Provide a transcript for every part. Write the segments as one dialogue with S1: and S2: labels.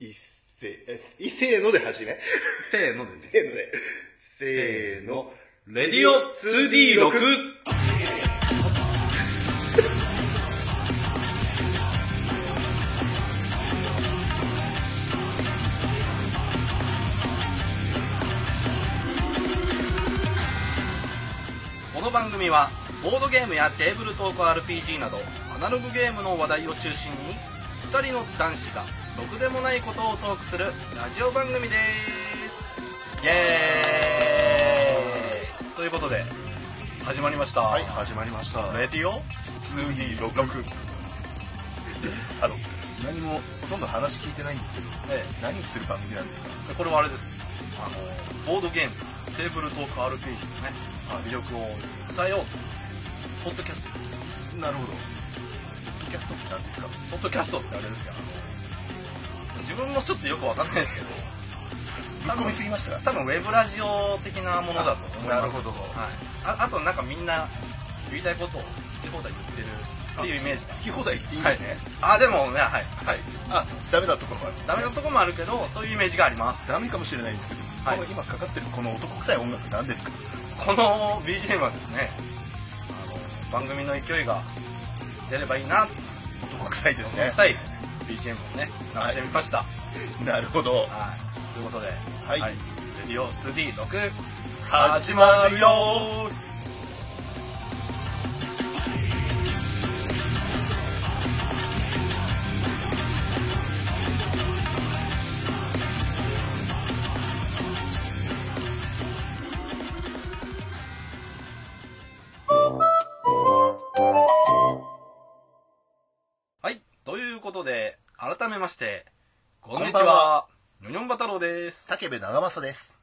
S1: いっせえ、いせーので始め。
S2: せーのでね。
S1: せーので。せーの。
S2: レディオ 2D6! この番組はボードゲームやテーブルトーク RPG などアナログゲームの話題を中心に2人の男子がろくでもないことをトークするラジオ番組ですイエーイということで始まりました、
S1: はい、始まりました。
S2: レディオ
S1: 次、6。
S2: あの、
S1: 何も、ほとんど話聞いてないんですけど、
S2: え
S1: 何する番組なんですか
S2: えこれはあれですあのボードゲームテーブルトーク RPG のね
S1: はい
S2: 魅力を伝えようとポッドキャスト
S1: なるほど。ポッドキャストって何ですか
S2: ポッドキャストってあれですよあの自分もちょっとよくわかんないですけど
S1: ぶっ込みすぎましたか
S2: 多分ウェブラジオ的なものだと思います
S1: なるほど。
S2: はい、ああとなんかみんな言いたいことを好き放題言ってるっていうイメージ
S1: 聞き放題言っていいん
S2: がは
S1: で
S2: い
S1: すね。
S2: あでもねは
S1: は
S2: い
S1: い。あ、ダメだところもある。
S2: ダメなとこもあるけどそういうイメージがあります
S1: ダメかもしれないんですけど、
S2: はい
S1: この今かかってるこの男臭い音楽何ですか
S2: この BGM はですねあの番組の勢いが出ればいいな
S1: 男臭いですね。
S2: はい BGM をね流してみました、はい
S1: なるほど。
S2: ということで、
S1: はい
S2: レディオ 2D6
S1: 始まるよ
S2: はいということで改めましてこんにち
S1: こんばん
S2: は
S1: は
S2: にょにょんば太郎です
S1: 竹部長政です。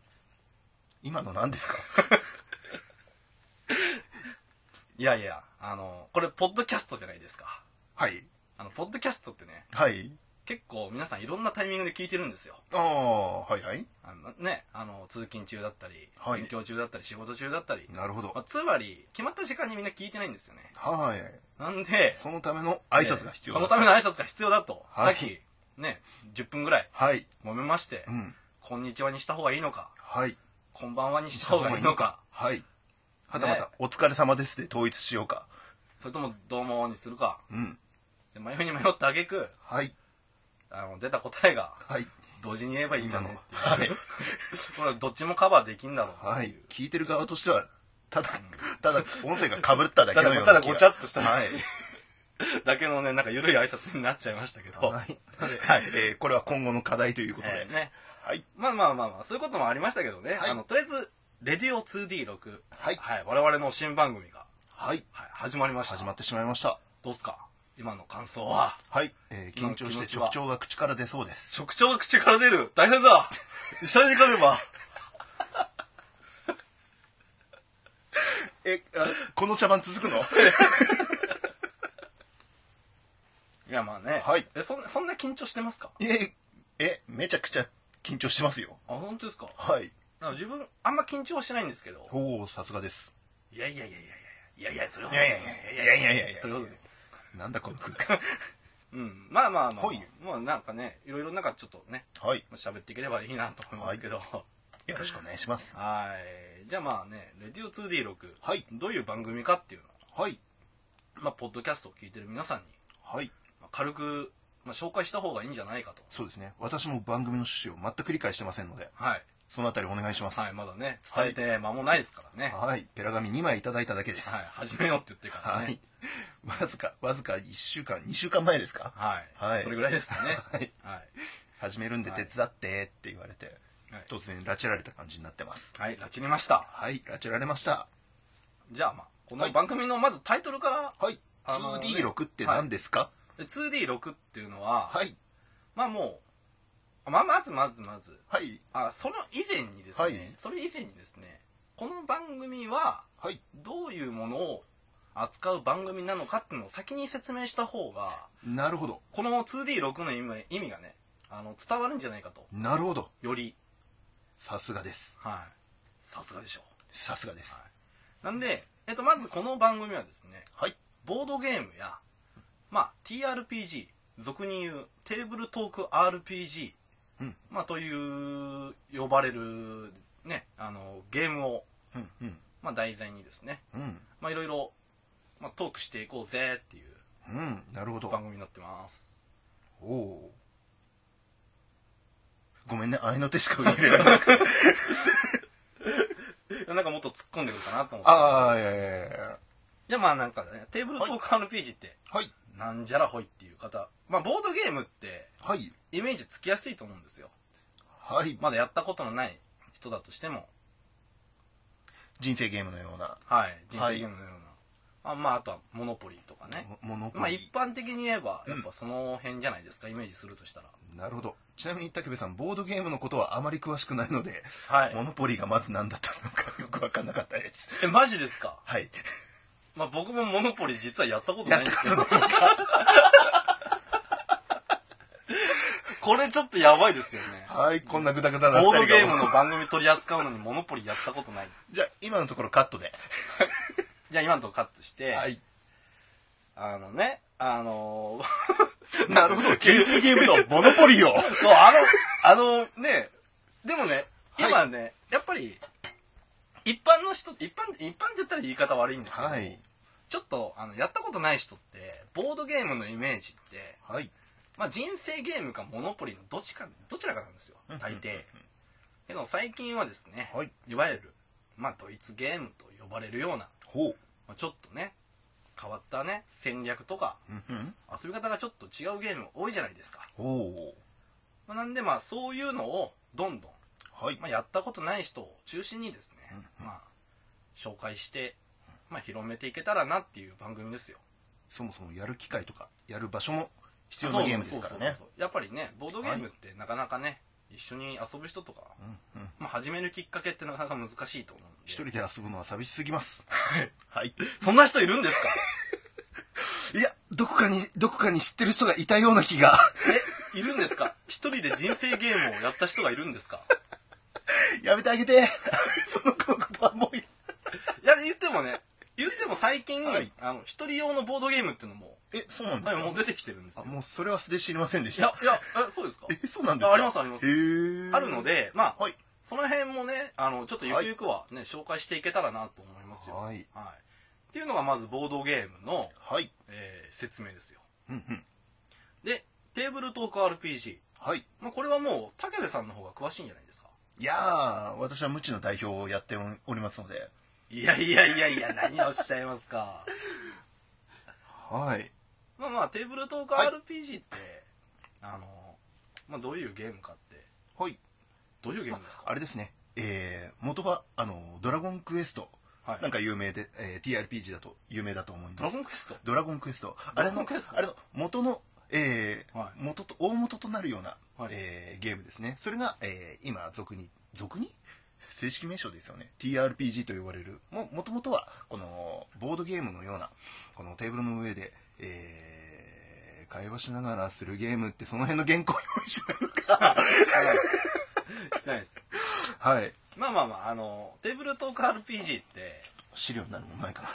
S1: 今の何ですか
S2: いやいやあのこれポッドキャストじゃないですか
S1: はい。
S2: あのポッドキャストってね
S1: はい。
S2: 結構皆さんいろんなタイミングで聞いてるんですよ
S1: ああ、はいはい。
S2: あのねあの通勤中だったり、
S1: はい
S2: 勉強中だったり仕事中だったり、
S1: なるほど
S2: まあ、。つまり決まった時間にみんな聞いてないんですよね
S1: はい。
S2: なんで
S1: そのための挨拶が必要
S2: え
S1: だ
S2: ーそのための挨拶が必要だと、
S1: はい
S2: さっきね10分ぐらい
S1: はい。
S2: 揉めまして、
S1: うん。
S2: こんにちはにした方がいいのか
S1: はい。
S2: こんばんはにした方がいいのか
S1: はい。はたまた、お疲れ様ですで統一しようか。
S2: それともどうもにするか
S1: うん。
S2: で迷いに迷った挙句
S1: はい。
S2: あの出た答えが
S1: はい。
S2: 同時に言えばいいんじゃ
S1: 今
S2: ね
S1: の。
S2: っ
S1: は
S2: てい。
S1: いう
S2: これどっちもカバーできんだろうなっ
S1: は
S2: てい、。
S1: いう聞いてる側としては、ただ、ただ、音声が被っただけのような気が。
S2: ただただごちゃっとした
S1: はい。
S2: だけのねなんか緩い挨拶になっちゃいましたけど、
S1: はい。はい。えーこれは今後の課題ということで
S2: えー。ね
S1: はい。
S2: まあまあまあまあ、そういうこともありましたけどね。
S1: はい
S2: あの、とりあえず、レディオ 2D6。
S1: はい
S2: はい。我々の新番組が、
S1: はい。
S2: はい、始まりました。
S1: 始まってしまいました。
S2: どうっすか今の感想は。
S1: はい。えー
S2: 今の
S1: 緊張して
S2: 気持ち
S1: 直
S2: は
S1: 腸が口から出そうです。
S2: 直腸が口から出る。大変だ。医者に行かねば。
S1: え、あこの茶番続く の
S2: いやまあね。
S1: はい
S2: え、そんな、そんな緊張してますか
S1: え、え、めちゃくちゃ緊張してますよ。
S2: あ、本当ですか
S1: はい。
S2: なんか自分、あんま緊張はしてないんですけど。
S1: おお、さすがです。
S2: いやいやいやいやいや。いやいや、それは。
S1: いやいやいやいやいやいやいやいや
S2: それは
S1: なんだこの空間。
S2: うん。まあまあまあ。
S1: ほい
S2: まあなんかね、いろいろなんかちょっとね、
S1: はい。
S2: 喋っていければいいなと思いますけど。
S1: よろしくお願いします。
S2: はい。じゃあまあね、レディオ 2D6、
S1: はい。
S2: どういう番組かっていうのを、
S1: はい。
S2: まあ、ポッドキャストを聞いてる皆さんに、
S1: はい。
S2: まあ、軽く、まあ、紹介した方がいいんじゃないかと。
S1: そうですね。私も番組の趣旨を全く理解してませんので、
S2: はい。
S1: そのあたりお願いします。
S2: はい、まだね、伝えて間もないですからね。は
S1: はい。ペラ紙2枚いただいただけです。
S2: い、始めようって言ってから
S1: は
S2: ね
S1: い。。わずか、わずか1週間、2週間前ですか
S2: はい。
S1: はい
S2: それぐらいですかね。
S1: はい。
S2: はい。
S1: 始めるんで手伝ってって言われて、
S2: はい
S1: 突然拉致られた感じになってます。
S2: はい、拉致りました。
S1: はい。拉致られました。
S2: じゃあまあ、こ
S1: は
S2: の
S1: い
S2: 番組のまずタイトルから、
S1: はい。
S2: あのね
S1: 2D6 って何ですか
S2: で 2D6 っていうのは、
S1: はい。
S2: まあもう、まあまずまずまず、
S1: はい。
S2: あ、その以前にですね、
S1: はい
S2: それ以前にですね、この番組は、
S1: はい。
S2: どういうものを扱う番組なのかっていうのを先に説明した方が
S1: なるほど。
S2: この 2D6 の意味意味がねあの伝わるんじゃないかと
S1: なるほど。
S2: より
S1: さすがです。
S2: はいさすがでしょ
S1: さすがです。
S2: うなんで、えっと、まずこの番組はですね
S1: はい。
S2: ボードゲームや、まあ、TRPG 俗に言うテーブルトーク RPG
S1: うん
S2: まあ、という呼ばれる、ね、あのゲームを、
S1: うんうん
S2: まあ、題材にですね、
S1: うん
S2: まあ、いろいろ、まあ、トークしていこうぜっていう
S1: うんなるほど
S2: 番組になってます。
S1: おおーごめんね合いの手しか入れられ なくて
S2: なんかもっと突っ込んでくるかなと思って。
S1: ああいやいやいや
S2: じゃあまあなんかね、テーブルトーク RPG って、
S1: はい
S2: なんじゃらほいっていう方、まあボードゲームって
S1: はい
S2: イメージつきやすいと思うんですよ。
S1: はい
S2: まだやったことのない人だとしても、
S1: 人生ゲームのような
S2: はい、人
S1: は
S2: 生
S1: い
S2: ゲームのような。あまああとはモノポリーとかね。
S1: もの
S2: まあ一般的に言えば、やっぱその辺じゃないですか、イメージするとしたら。
S1: なるほどちなみに武部さんボードゲームのことはあまり詳しくないので、
S2: はい
S1: モ。ノポリーがまず何だったのか よく分かんなかったです
S2: え、マジですか
S1: はい
S2: まあ僕もモノポリー実はやったことないんですけど。これちょっとやばいですよね。
S1: はいこんなグダグダな
S2: ボード
S1: 二人が
S2: ゲームの番組取り扱うのにモノポリやったことない。
S1: じゃあ今のところカットで
S2: じゃあ今のとこカットして、
S1: はい
S2: あのね、あのー
S1: なるほど人生ゲームのモノポリーを
S2: そう、あの、あのね、でもね、
S1: はい
S2: 今ね、やっぱり、一般の人、一般、一般って言ったら言い方悪いんですけど、
S1: はい
S2: ちょっと、あの、やったことない人って、ボードゲームのイメージって、
S1: はい
S2: まあ人生ゲームかモノポリのどっちか、どちらかなんですよ、大抵。けど最近はですね、
S1: はい
S2: いわゆる、まあドイツゲームと呼ばれるような、
S1: ほう
S2: まあ、ちょっとね変わったね戦略とか
S1: うんうん
S2: 遊び方がちょっと違うゲーム多いじゃないですか、
S1: ほ
S2: まあ、なんでまあそういうのをどんどん、
S1: うはい
S2: まあ、やったことない人を中心にですね、
S1: うん
S2: まあ、紹介して、まあ、広めていけたらなっていう番組ですよ
S1: そもそもやる機会とかやる場所も必要なゲームですから
S2: そうそう
S1: ね
S2: そうそうやっぱりねボードゲームってなかなかね、一緒に遊ぶ人とか、
S1: うんうん
S2: まあ、始めるきっかけってなかなか難しいと思うんで
S1: 一人で遊ぶのは寂しすぎますはい
S2: そんな人いるんですか
S1: いやどこかにどこかに知ってる人がいたような気が
S2: えいるんですか一人で人生ゲームをやった人がいる んですか
S1: やめてあげて その子のことはもういい
S2: いや、言ってもね、言っても最近、
S1: はい
S2: あの、一人用のボードゲームっていうのも、
S1: えそうなんで
S2: は
S1: す
S2: い、
S1: か
S2: もう出てきてるんですよ
S1: あ。もうそれは素で知りませんでし
S2: いや
S1: た、
S2: いや、えそうですか
S1: えそうなんです
S2: あ
S1: か
S2: ありますあります
S1: へー
S2: あるので、まあ、
S1: はい
S2: その辺もね、あの、ちょっとゆくゆくはね、紹介していけたらなと思いますよ。
S1: はい
S2: っていうのがまずボードゲームの、
S1: はい
S2: えー説明ですよ。
S1: うんうん
S2: で、テーブルトーク RPG。
S1: はい
S2: まあ、これはもう、武部さんの方が詳しいんじゃないですか。
S1: いやー私は無知の代表をやっておりますので
S2: いやいやいやい や、何をおっしゃいますか。
S1: はい
S2: まあまあ、テーブルトーク
S1: はい
S2: RPG って、あの、まあ、どういうゲームかって、
S1: はい
S2: どういうゲームですか
S1: あれですねえー、元はあのドラゴンクエスト
S2: はい。
S1: なんか有名で、えー TRPG だと有名だと思うん
S2: ドラ
S1: で
S2: ゴンクエスト
S1: ドラゴンクエスト
S2: ド
S1: あ
S2: ラ
S1: れ
S2: ゴ
S1: の
S2: ンクエスト
S1: あれの元の、えー
S2: はい
S1: 元と大元となるような、
S2: はい
S1: えーゲームですねそれが、えー今俗に俗に正式名称ですよね TRPG と呼ばれるももともとはこのボードゲームのようなこのテーブルの上で、えー会話しながらするゲームってその辺の原稿用意したのか
S2: してないです。
S1: はい
S2: まあまあまあ、あの、テーブルトーク RPG って、
S1: 資料になるもんないかな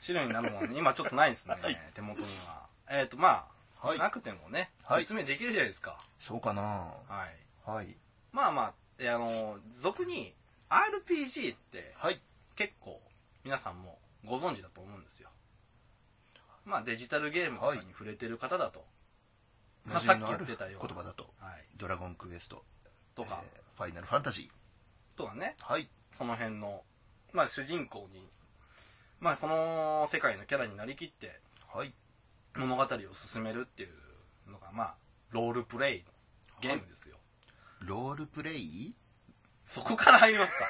S2: 資料になるもんね、今ちょっとないですね、
S1: はい
S2: 手元には。えっ、とまあ、
S1: はい
S2: なくてもね、
S1: はい
S2: 説明できるじゃないですか。
S1: そうかな
S2: はい。
S1: はい
S2: まあまあ、えあの、俗に RPG って
S1: はい
S2: 結構皆さんもご存知だと思うんですよ。まあデジタルゲームとかに触れてる方だと、ま
S1: 馴
S2: あ
S1: 染みの
S2: さ
S1: あ
S2: っき
S1: る
S2: 言って
S1: 言
S2: たような
S1: 葉だと
S2: はい、
S1: ドラゴンクエスト
S2: とか、
S1: えーファイナルファンタジー
S2: とかね、
S1: はい
S2: その辺の、まあ主人公に、まあその世界のキャラになりきって
S1: はい
S2: 物語を進めるっていうのが、まあ、ロールプレイのゲームですよ。
S1: ロールプレイ
S2: そこから入 りますか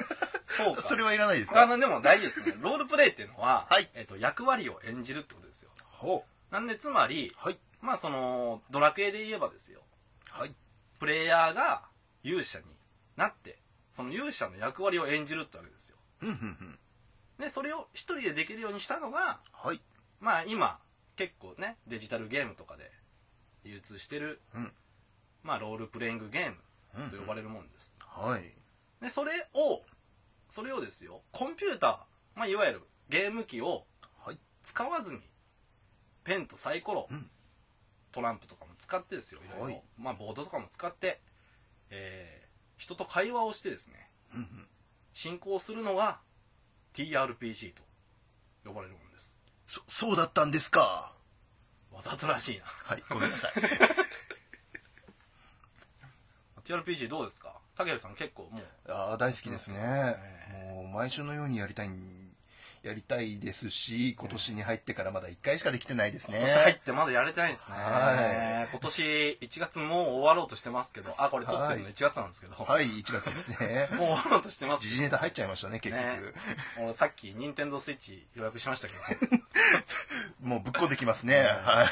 S2: そうか。
S1: それはいらないです
S2: あ
S1: か
S2: のでも大事ですね。ロールプレイっていうのは、
S1: はい
S2: えっと、役割を演じるってことですよ。
S1: ほう
S2: なんで、つまり、
S1: はい
S2: まあその、ドラクエで言えばですよ。
S1: はい
S2: プレイヤーが勇者になって、その勇者の役割を演じるってわけですよ。
S1: うんうんうん
S2: で、それを一人でできるようにしたのが、
S1: はい
S2: まあ今、結構ね、デジタルゲームとかで流通してる、
S1: うん
S2: まあロールプレイングゲーム
S1: うん
S2: と呼ばれるもんです。
S1: はい
S2: で、それを、それをですよ、コンピューター、まあ、いわゆるゲーム機を
S1: はい
S2: 使わずに、ペンとサイコロ、
S1: うん
S2: トランプとかも使ってですよ、いろいろ。
S1: はい
S2: まあ、ボードとかも使って、えー人と会話をしてですね、
S1: うんうん。
S2: 進行するのが TRPG と呼ばれるものです。
S1: そ、そうだったんですか。
S2: わざとら しいな。
S1: はい、ごめんなさい。
S2: TRPG どうですか竹内さん結構もう、
S1: ああ、大好きですね。もう、毎週のようにやりたいん、やりたいですし、今年に入ってからまだ1回しかできてないです
S2: 今年入っ
S1: ね。
S2: てまだやれてないんですね。
S1: は
S2: 今年1月もう終わろうとしてますけど、あ、これ撮ってるの1月なんですけど、
S1: はい、1月ですね。
S2: もう終わろうとしてます
S1: 時事ネタ入っちゃいましたね、結局。
S2: ね俺さっき任天堂スイッチ予約しましたけど、
S1: もうぶっこんできますね。
S2: うん
S1: はい。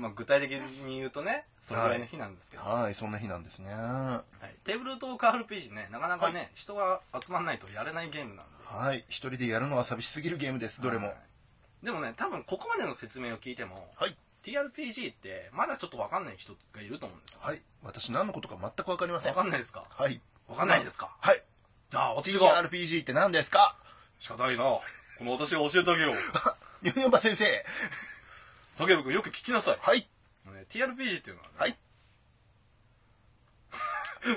S2: まあ具体的に言うとね、それぐらいの日なんですけど、
S1: はい、そんな日なんですね。は
S2: はいテーブルトーク RPG ね、なかなかね、人が集まんないとやれないゲームなんで。
S1: い、一人でやるのは寂しすぎるゲームです、どれも
S2: はい。。でもね、多分ここまでの説明を聞いても、
S1: はい
S2: TRPG ってまだちょっとわかんない人がいると思うんですよ。
S1: はい、私何のことか全くわかりません。
S2: わ
S1: は
S2: かんないですか
S1: い。
S2: わかんないですか
S1: はい。
S2: じゃあ、私が、
S1: TRPG って何ですか
S2: 仕方ないな。この私が教えてあげよう。
S1: ヨンヨンバ先生。
S2: 竹部君よく聞きなさい。
S1: はい。
S2: ね TRPG っていうのはね、
S1: はい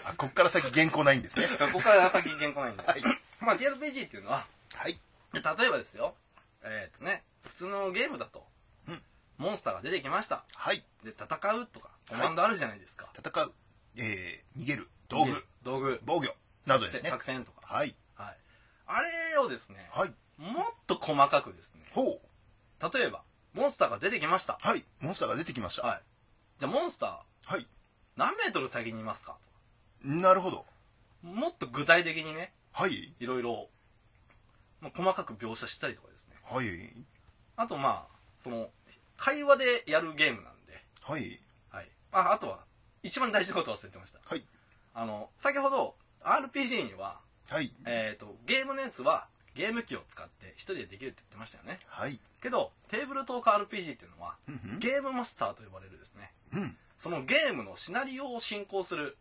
S1: あこっから先原稿ないんですね。
S2: ここから先原稿ないんで。
S1: はい
S2: まあ TRPG っていうのは、
S1: はい。
S2: 例えばですよ、えーっとね、普通のゲームだと、
S1: うん
S2: モンスターが出てきました。
S1: はい。
S2: で、戦うとか、コマンドあるじゃないですか。
S1: 戦う。えー、逃げる。道具。。
S2: 道具。
S1: 防御。などですね。
S2: 作戦とか。
S1: はい。
S2: はい。あれをですね、
S1: はい。
S2: もっと細かくですね、
S1: ほう。
S2: 例えば、モンスターが出てきました。
S1: はい。モンスターが出てきました。
S2: はい。じゃあ、モンスター、
S1: はい。
S2: 何メートル先にいますか
S1: なるほど。
S2: ともっと具体的にね、
S1: はい。
S2: いろいろ、まあ、細かく描写したりとかですね。
S1: はい。
S2: あと、まあ、その、会話でやるゲームなんで、
S1: はい。
S2: はい。あ、あとは、一番大事なこと忘れてました。
S1: はい。
S2: あの、先ほど、RPG には、
S1: はい。
S2: えっ、と、ゲームのやつは、ゲーム機を使って一人でできるって言ってましたよね。
S1: はい。
S2: けど、テーブルトーク RPG っていうのは、
S1: うんうん
S2: ゲームマスターと呼ばれるですね。
S1: うん。
S2: そのゲームのシナリオを進行する、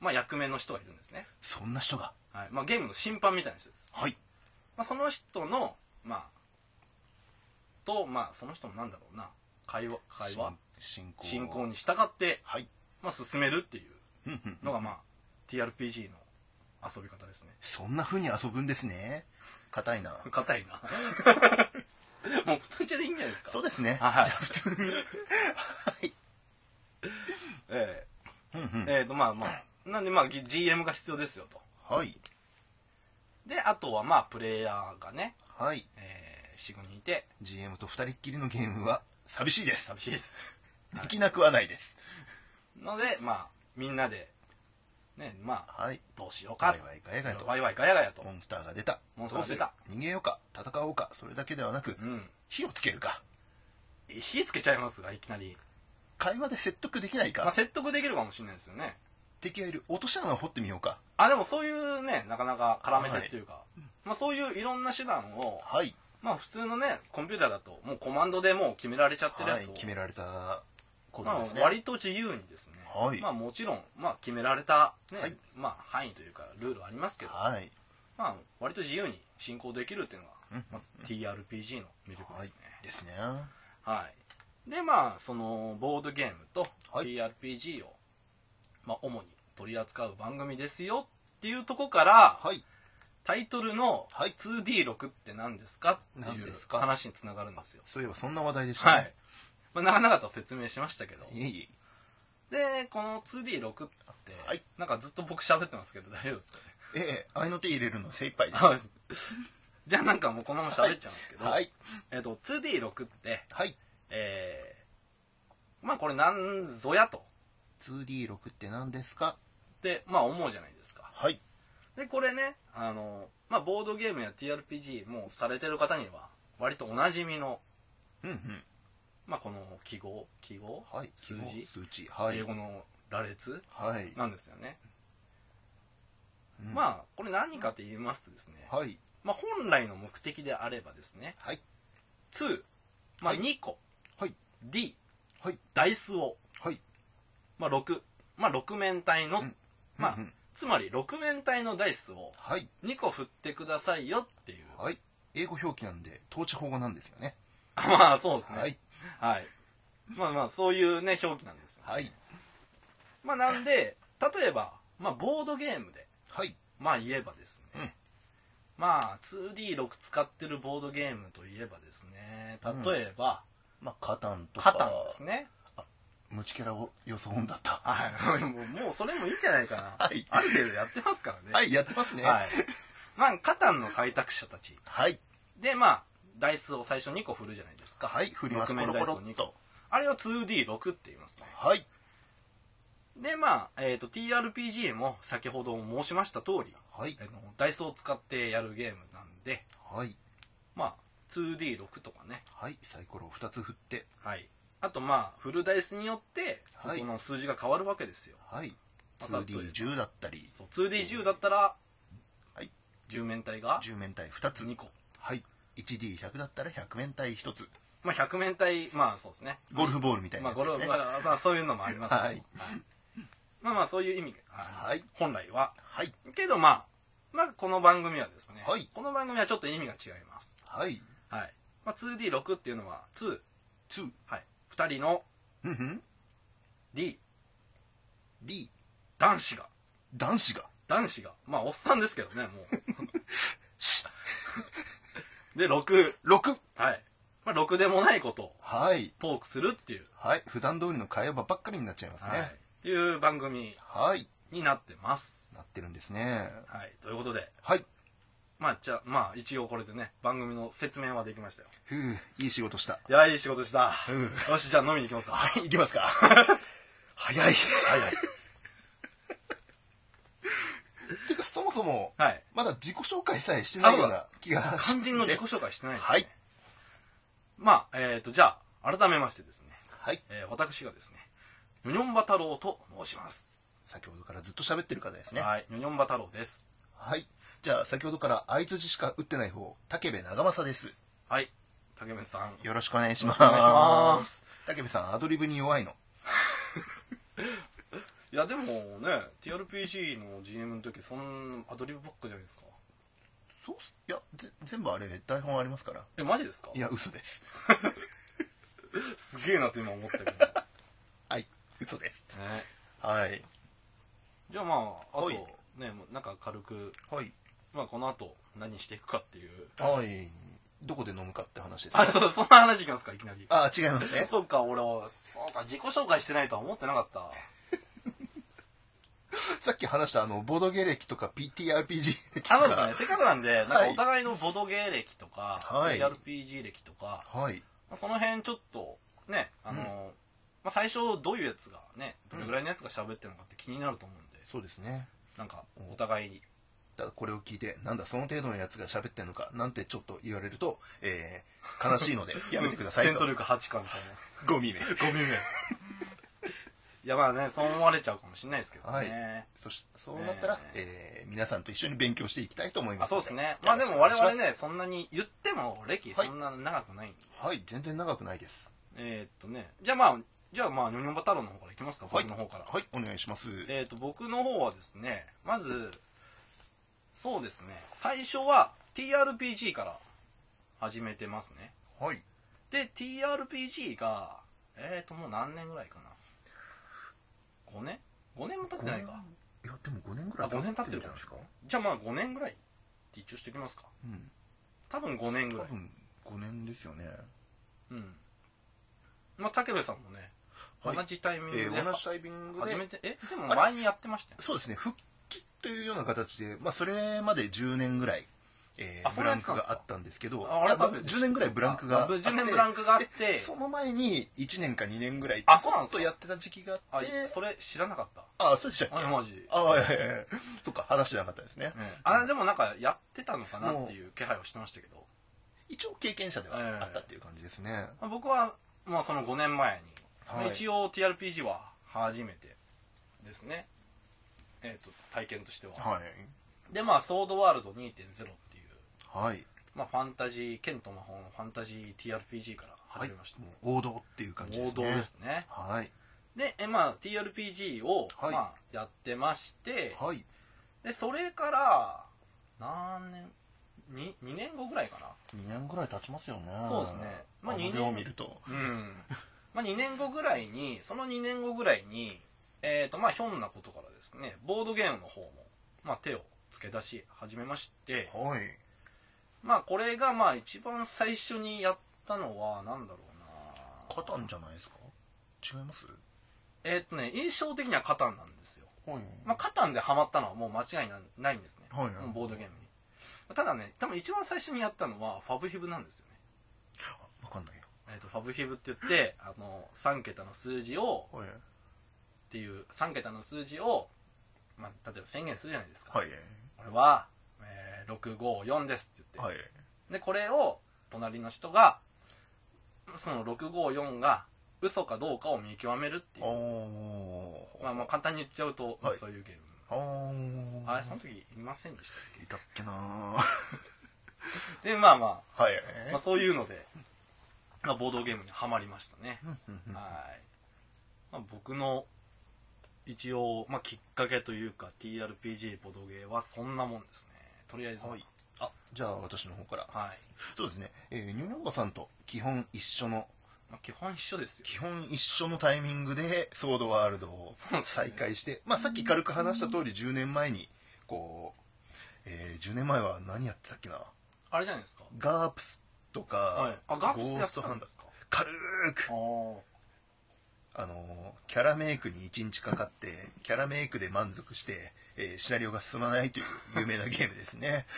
S2: まあ、役目の人がいるんですね。
S1: そんな人が。
S2: はい。まあ、ゲームの審判みたいな人です。
S1: はい。
S2: まあ、その人の、まあ、と、まあ、その人もなんだろうな、会話、会話
S1: 進行。
S2: 進行に従って、
S1: はい。
S2: まあ、進めるってい
S1: う
S2: う
S1: んうんう
S2: の
S1: ん。
S2: が、まあ、TRPG の遊び方ですね。
S1: そんな風に遊ぶんですね。硬い な。
S2: 硬いな。もう、普通じゃでいいんじゃないですか。
S1: そうですね。
S2: はい
S1: じゃあ普通に。はい。
S2: え
S1: うんう
S2: え
S1: ん。
S2: ええと、まあまあ、なんで、まあ、G- GM が必要ですよと。
S1: はい。
S2: で、あとは、まあ、プレイヤーがね、
S1: はい。
S2: えー、4、5人いて、
S1: GM と二人っきりのゲームは寂しいです。
S2: 寂しいです。
S1: できなくはないです。
S2: ので、まあ、みんなで、ね、まあ、
S1: はい。
S2: どうしようか
S1: ワイ。ワイガヤガヤと。
S2: ワイワイガヤガヤと
S1: モ。ンスターが出た。
S2: モンスターが出た
S1: どうする。逃げようか、戦おうか、それだけではなく
S2: う、ん。
S1: 火をつけるか、
S2: 火つけちゃいますが、いきなり。
S1: 会話で説得できない
S2: まあ、
S1: か、
S2: 説得できるかもしれないですよね。
S1: 敵がいる落とし穴を掘ってみようか。
S2: あ、でもそういうね、なかなか絡めてっていうか、まあそういういろんな手段を、
S1: はい。
S2: まあ普通のね、コンピューターだと、もうコマンドでもう決められちゃってるや
S1: はい
S2: つを、。
S1: 決められたこと
S2: ま
S1: です
S2: あ
S1: ね。
S2: 割と自由にですね、
S1: はい
S2: まあもちろん、まあ決められた、ね、
S1: はい
S2: まあ範囲というかルールはありますけど、
S1: はい。
S2: まあ割と自由に進行できるっていうのが、
S1: うん
S2: まあ TRPG の魅力ですね。
S1: ですね。
S2: はい。で、まあ、その、ボードゲームと
S1: はい
S2: TRPG を、まあ、主に取り扱う番組ですよっていうとこから、
S1: はい。
S2: タイトルの
S1: はい
S2: 2D6 って何ですかってい
S1: 何
S2: う
S1: ですか
S2: 話につながるんですよ。
S1: そういえばそんな話題でしたね。
S2: はい。まあ、長々と説明しましたけど。
S1: いえいえ。
S2: で、この 2D6 って、
S1: はい
S2: なんかずっと僕喋ってますけど大丈夫ですかね
S1: ええ、合いの手入れるの精一杯です。
S2: あ じゃあなんかもうこのまま喋っちゃうんですけど、
S1: はい。
S2: えっ、と、2D6 って、
S1: はい。
S2: えー、まあこれなんぞやと。
S1: 2D6 って何ですか
S2: って、まあ思うじゃないですか。
S1: はい。
S2: で、これね、あの、まあボードゲームや TRPG もされてる方には、割とおなじみの、
S1: うんうん。
S2: まあこの記号、記号、
S1: はい。
S2: 数字
S1: 数値。はい
S2: 英。語の羅列
S1: はい。
S2: なんですよね。
S1: うん
S2: まあ、これ何かと言いますとですね、
S1: はい。
S2: まあ本来の目的であればですね、
S1: はい。
S2: 2、ま
S1: は
S2: あ
S1: い
S2: 2個、
S1: はい。
S2: D、
S1: はい。
S2: ダイスを、
S1: はい。
S2: まあ6、まあ6面体の、
S1: うん
S2: まあ
S1: うんうん
S2: つまり6面体のダイスを
S1: はい。
S2: 2個振ってくださいよっていう。
S1: はい。英語表記なんで、統治法語なんですよね。
S2: まあそうですね。
S1: はい。
S2: はい。まあまあ、そういうね、表記なんですよ。
S1: はい。
S2: まあなんで、例えば、まあボードゲームで、
S1: はい。
S2: まあ言えばですね、
S1: うん
S2: まあ 2D6 使ってるボードゲームといえばですね、例えば、
S1: まあ、カタンとか。
S2: カタンですね。
S1: ムチキャラを予想だった。
S2: はい。もうもうそれもいいんじゃないかな。
S1: はい
S2: ある程度やってますからね。。
S1: はいい、やってますね。
S2: は。
S1: はい
S2: まあ、カタンの開拓者たち。
S1: い。
S2: で、まあ、ダイスを最初2個振るじゃないですか。
S1: はい、振ります。コ
S2: 6面
S1: ロ
S2: ダイ
S1: コ
S2: ス
S1: ロ
S2: を
S1: っ
S2: 2個。
S1: と。
S2: あれを 2D6 って言いますね。
S1: はい。
S2: で、まあ、えっ、と、TRPG も先ほど申しました通り、
S1: はい
S2: え。ーとダイスを使ってやるゲームなんで、
S1: はい。
S2: まあ、2D6 とかね。
S1: はい。サイコロを2つ振って。
S2: はい。あと、まあ、振るダイスによって、
S1: はい
S2: この数字が変わるわけですよ。
S1: はい。
S2: また
S1: 2D10 だったり、
S2: そう 2D10 だったら、
S1: はい
S2: 10面体が
S1: 10面体2つ。
S2: 2個。
S1: はい。1D100 だったら100面体1つ。
S2: まあ、100面体、まあそうですね。
S1: ゴルフボールみたい
S2: ま
S1: なや
S2: あ、
S1: つ
S2: ゴ
S1: で
S2: ル
S1: すね。
S2: まあ、まあ、そういうのもありますけど
S1: はい
S2: まあまあ、そういう意味が、
S1: はい
S2: 本来は。
S1: はい。
S2: けどまあ、まあ、この番組はですね、
S1: はい
S2: この番組はちょっと意味が違います。
S1: はい。
S2: はい。まあ、2D6 っていうのは、2、
S1: 2。
S2: はい。2人の
S1: うんふん。
S2: D、
S1: D。
S2: 男子が、
S1: 男子が。
S2: 男子が、まあ、おっさんですけどね、も
S1: し
S2: う。で、6、
S1: 6。
S2: はい。まあ、6でもないことを
S1: はい。
S2: トークするっていう、
S1: はい。普段通りの会話ばっかりになっちゃいます
S2: はい
S1: ね。。
S2: いう番組
S1: はい。
S2: になってます。
S1: なってるんですね。
S2: はい。ということで、
S1: はい。
S2: まあ、じゃあ、まあ、一応これでね、番組の説明はできましたよ。
S1: ふう、いい仕事した。
S2: いや、いい仕事した。
S1: うん
S2: よし、じゃあ飲みに行きますか。
S1: はい、いきます か。早い。早い。てか、そもそも、
S2: はい。
S1: まだ自己紹介さえしてないような気がし
S2: 肝心の自己紹介してないですね。
S1: はい。
S2: まあ、えっ、と、じゃあ、改めましてですね、
S1: はい。
S2: えー私がですね、ニョニョンバ太郎と申します。
S1: 先ほどからずっと喋ってる方ですね。
S2: はい。ニョニョンバ太郎です。
S1: はい。じゃあ、先ほどから相槌しか打ってない方、竹部長政です。
S2: はい。竹部さん。
S1: よろしくお願いします。
S2: よろしくお願いします。
S1: 竹部さん、アドリブに弱いの。
S2: いや、でもね、TRPG の GM の時、そんアドリブばっかじゃないですか。
S1: そうっすいや、ぜ全部あれ、台本ありますから。
S2: え、マジですか
S1: いや、嘘です。
S2: すげえなって今思ったけ ど。ね、
S1: はい。嘘です。はい。
S2: じゃあまあ、あと
S1: はい、
S2: ね、もうなんか軽く、
S1: はい。
S2: まあこの後何していくかっていう。
S1: はい。どこで飲むかって話です
S2: あ、
S1: ね。
S2: そうそんな話いきますか、いきなり。
S1: あ、違いますね。
S2: そうか、俺は、そうか、自己紹介してないとは思ってなかった。
S1: さっき話したあの、ボード芸歴とか PTRPG 歴と
S2: あのです
S1: か。
S2: ね、せっかくなんで、なん
S1: は
S2: か
S1: い
S2: お互いのボドゲー歴とか、
S1: はい
S2: RPG 歴とか、
S1: はい。
S2: まあその辺ちょっと、ね、あの、
S1: うん
S2: まあ、最初どういうやつがね、どれぐらいのやつが喋ってるのかって気になると思うんで、
S1: そうですね。
S2: なんか、お互い、
S1: だからこれを聞いて、なんだ、その程度のやつが喋ってんのか、なんてちょっと言われると、えー、悲しい ので、やめてくださ
S2: 戦
S1: い
S2: 闘
S1: と。
S2: 力8かみたいな。
S1: ゴミめ。
S2: ゴミ目。いや、まあね、そう思われちゃうかもしれないですけどね。
S1: はいそし、そうなったら、えー、皆さんと一緒に勉強していきたいと思いま
S2: あ
S1: す。
S2: そうですね。まあでも我々。ね、そんなに言っても歴
S1: はい
S2: そんな長くないんで。
S1: はい、全然長くないです。
S2: えーっとね、じゃあまあ、じゃあまあ、ニョニョンバ太郎の方からいきますか、
S1: はい
S2: 僕の方から。
S1: はい、お願いします。
S2: えーっと、僕の方はですね、まず、そうですね、最初は TRPG から始めてますね。
S1: はい。
S2: で、TRPG が、えーっと、もう何年ぐらいかな。5年 ?5 年も経ってないか。
S1: いや、でも5年ぐらい
S2: あ五年経ってる
S1: じゃないですか。
S2: じゃあまあ5年ぐらいって一応しておきますか。
S1: うん。
S2: 多分5年ぐ
S1: 多
S2: らい。
S1: 分5年ですよね。
S2: うん。まあ、武部さんもね、
S1: はい
S2: 同じタイミングで、
S1: えー、同じタイミングで
S2: 初め、て、え、でも
S1: あれ
S2: 前にやってましたよ。
S1: そうですね、復帰というような形で、まあ、それまで10年ぐらい、え
S2: あ
S1: ー
S2: そ
S1: ブ
S2: うな
S1: ラ
S2: んで
S1: ン
S2: すか
S1: クがあったんですけど、
S2: ああ
S1: い
S2: れ
S1: やまあ
S2: ダメでした
S1: 10年ぐらいブランクがあって、
S2: 10年ブランクがあって
S1: で、その前に1年か2年ぐらい、
S2: あそうなんで
S1: ち
S2: す
S1: ょっ
S2: か
S1: とやってた時期があ
S2: あ
S1: って、、
S2: それ知らなかった。
S1: あそうでしたっけ
S2: あ、マジ。
S1: あ、いやいやいや、とか話してなかったですね。
S2: うんあ、でもなんかやってたのかなっていう気配をしてましたけど、
S1: 一応経験者ではあったっていう感じですね。
S2: まあ僕は、まあその5年前に、まあ
S1: はい
S2: 一応 TRPG は初めてですね。えっ、と、体験としては。
S1: はい。
S2: で、まあ、ソードワールド2.0っていう、
S1: はい。
S2: まあ、ファンタジー、剣と魔法のファンタジー TRPG から
S1: はい
S2: 始めました。。
S1: もう王道っていう感じで
S2: 王
S1: すね。
S2: 道ですね。
S1: はい。
S2: で、えまあ、TRPG を、
S1: はい
S2: まあ、やってまして、
S1: はい。
S2: で、それから、何年、に2年後ぐらいか
S1: 2年ぐらい経ちますよね。
S2: そうですね
S1: ま
S2: まあ
S1: あ、
S2: 二
S1: 2
S2: 年
S1: 年を見ると。
S2: な。うん。まあ、2年後ぐらいに、その2年後ぐらいに、えーとまあ、ひょんなことからですねボードゲームの方も、まあ、手を付け出し始めまして、
S1: はい。
S2: まあ、これがまあ一番最初にやったのは何だろうな
S1: カタンじゃないですか違います
S2: えーとね印象的にはカタンなんですよ、
S1: はい。
S2: まあ、カタンでハマったのはもう間違いなないんですね
S1: はいはい
S2: ボードゲームにただね多分一番最初にやったのはファブヒブなんですよね
S1: わかんないよ。
S2: えー、とファブヒブって言ってあの3桁の数字を
S1: はい。
S2: っていう3桁の数字を、まあ、例えば宣言するじゃないですか、
S1: はい。
S2: これは、えー654ですって言っ
S1: は
S2: て、
S1: い。
S2: でこれを隣の人がその654が嘘かどうかを見極めるってい
S1: あ
S2: う
S1: ー。
S2: まあ、まあ簡単に言っちゃうと、
S1: はい
S2: そういうゲーム
S1: あー。
S2: あれその時いませんでしたっ
S1: いたっけなー
S2: けでまあま
S1: はい。
S2: あ、まあ、そういうので、まあ、ボードゲームにはまりましたね
S1: うんうんうん
S2: はい、まあ、僕の一応、まあ、きっかけというか TRPG ボドゲーはそんなもんですねとりあえず
S1: はいあ、じゃあ私の方から。
S2: はい
S1: そうですね。えー、ニューヨーカーさんと基本一緒の、
S2: まあ、基本一緒ですよ
S1: 基本一緒のタイミングで、ソードワールドを
S2: そうですね
S1: 再開して、まあさっき軽く話した通り10年前に、こう、えー、10年前は何やってたっけな
S2: あれじゃないですか
S1: ガープスとか、
S2: はいあガープス
S1: ゴ
S2: や
S1: ー
S2: っ
S1: ス
S2: て
S1: ト
S2: た
S1: ハ
S2: ん
S1: ン
S2: で
S1: ダ
S2: すか
S1: 軽く
S2: あ、ー
S1: あのーキャラメイクに1日かかって、キャラメイクで満足して、えーシナリオが進まないという有名なゲームですね。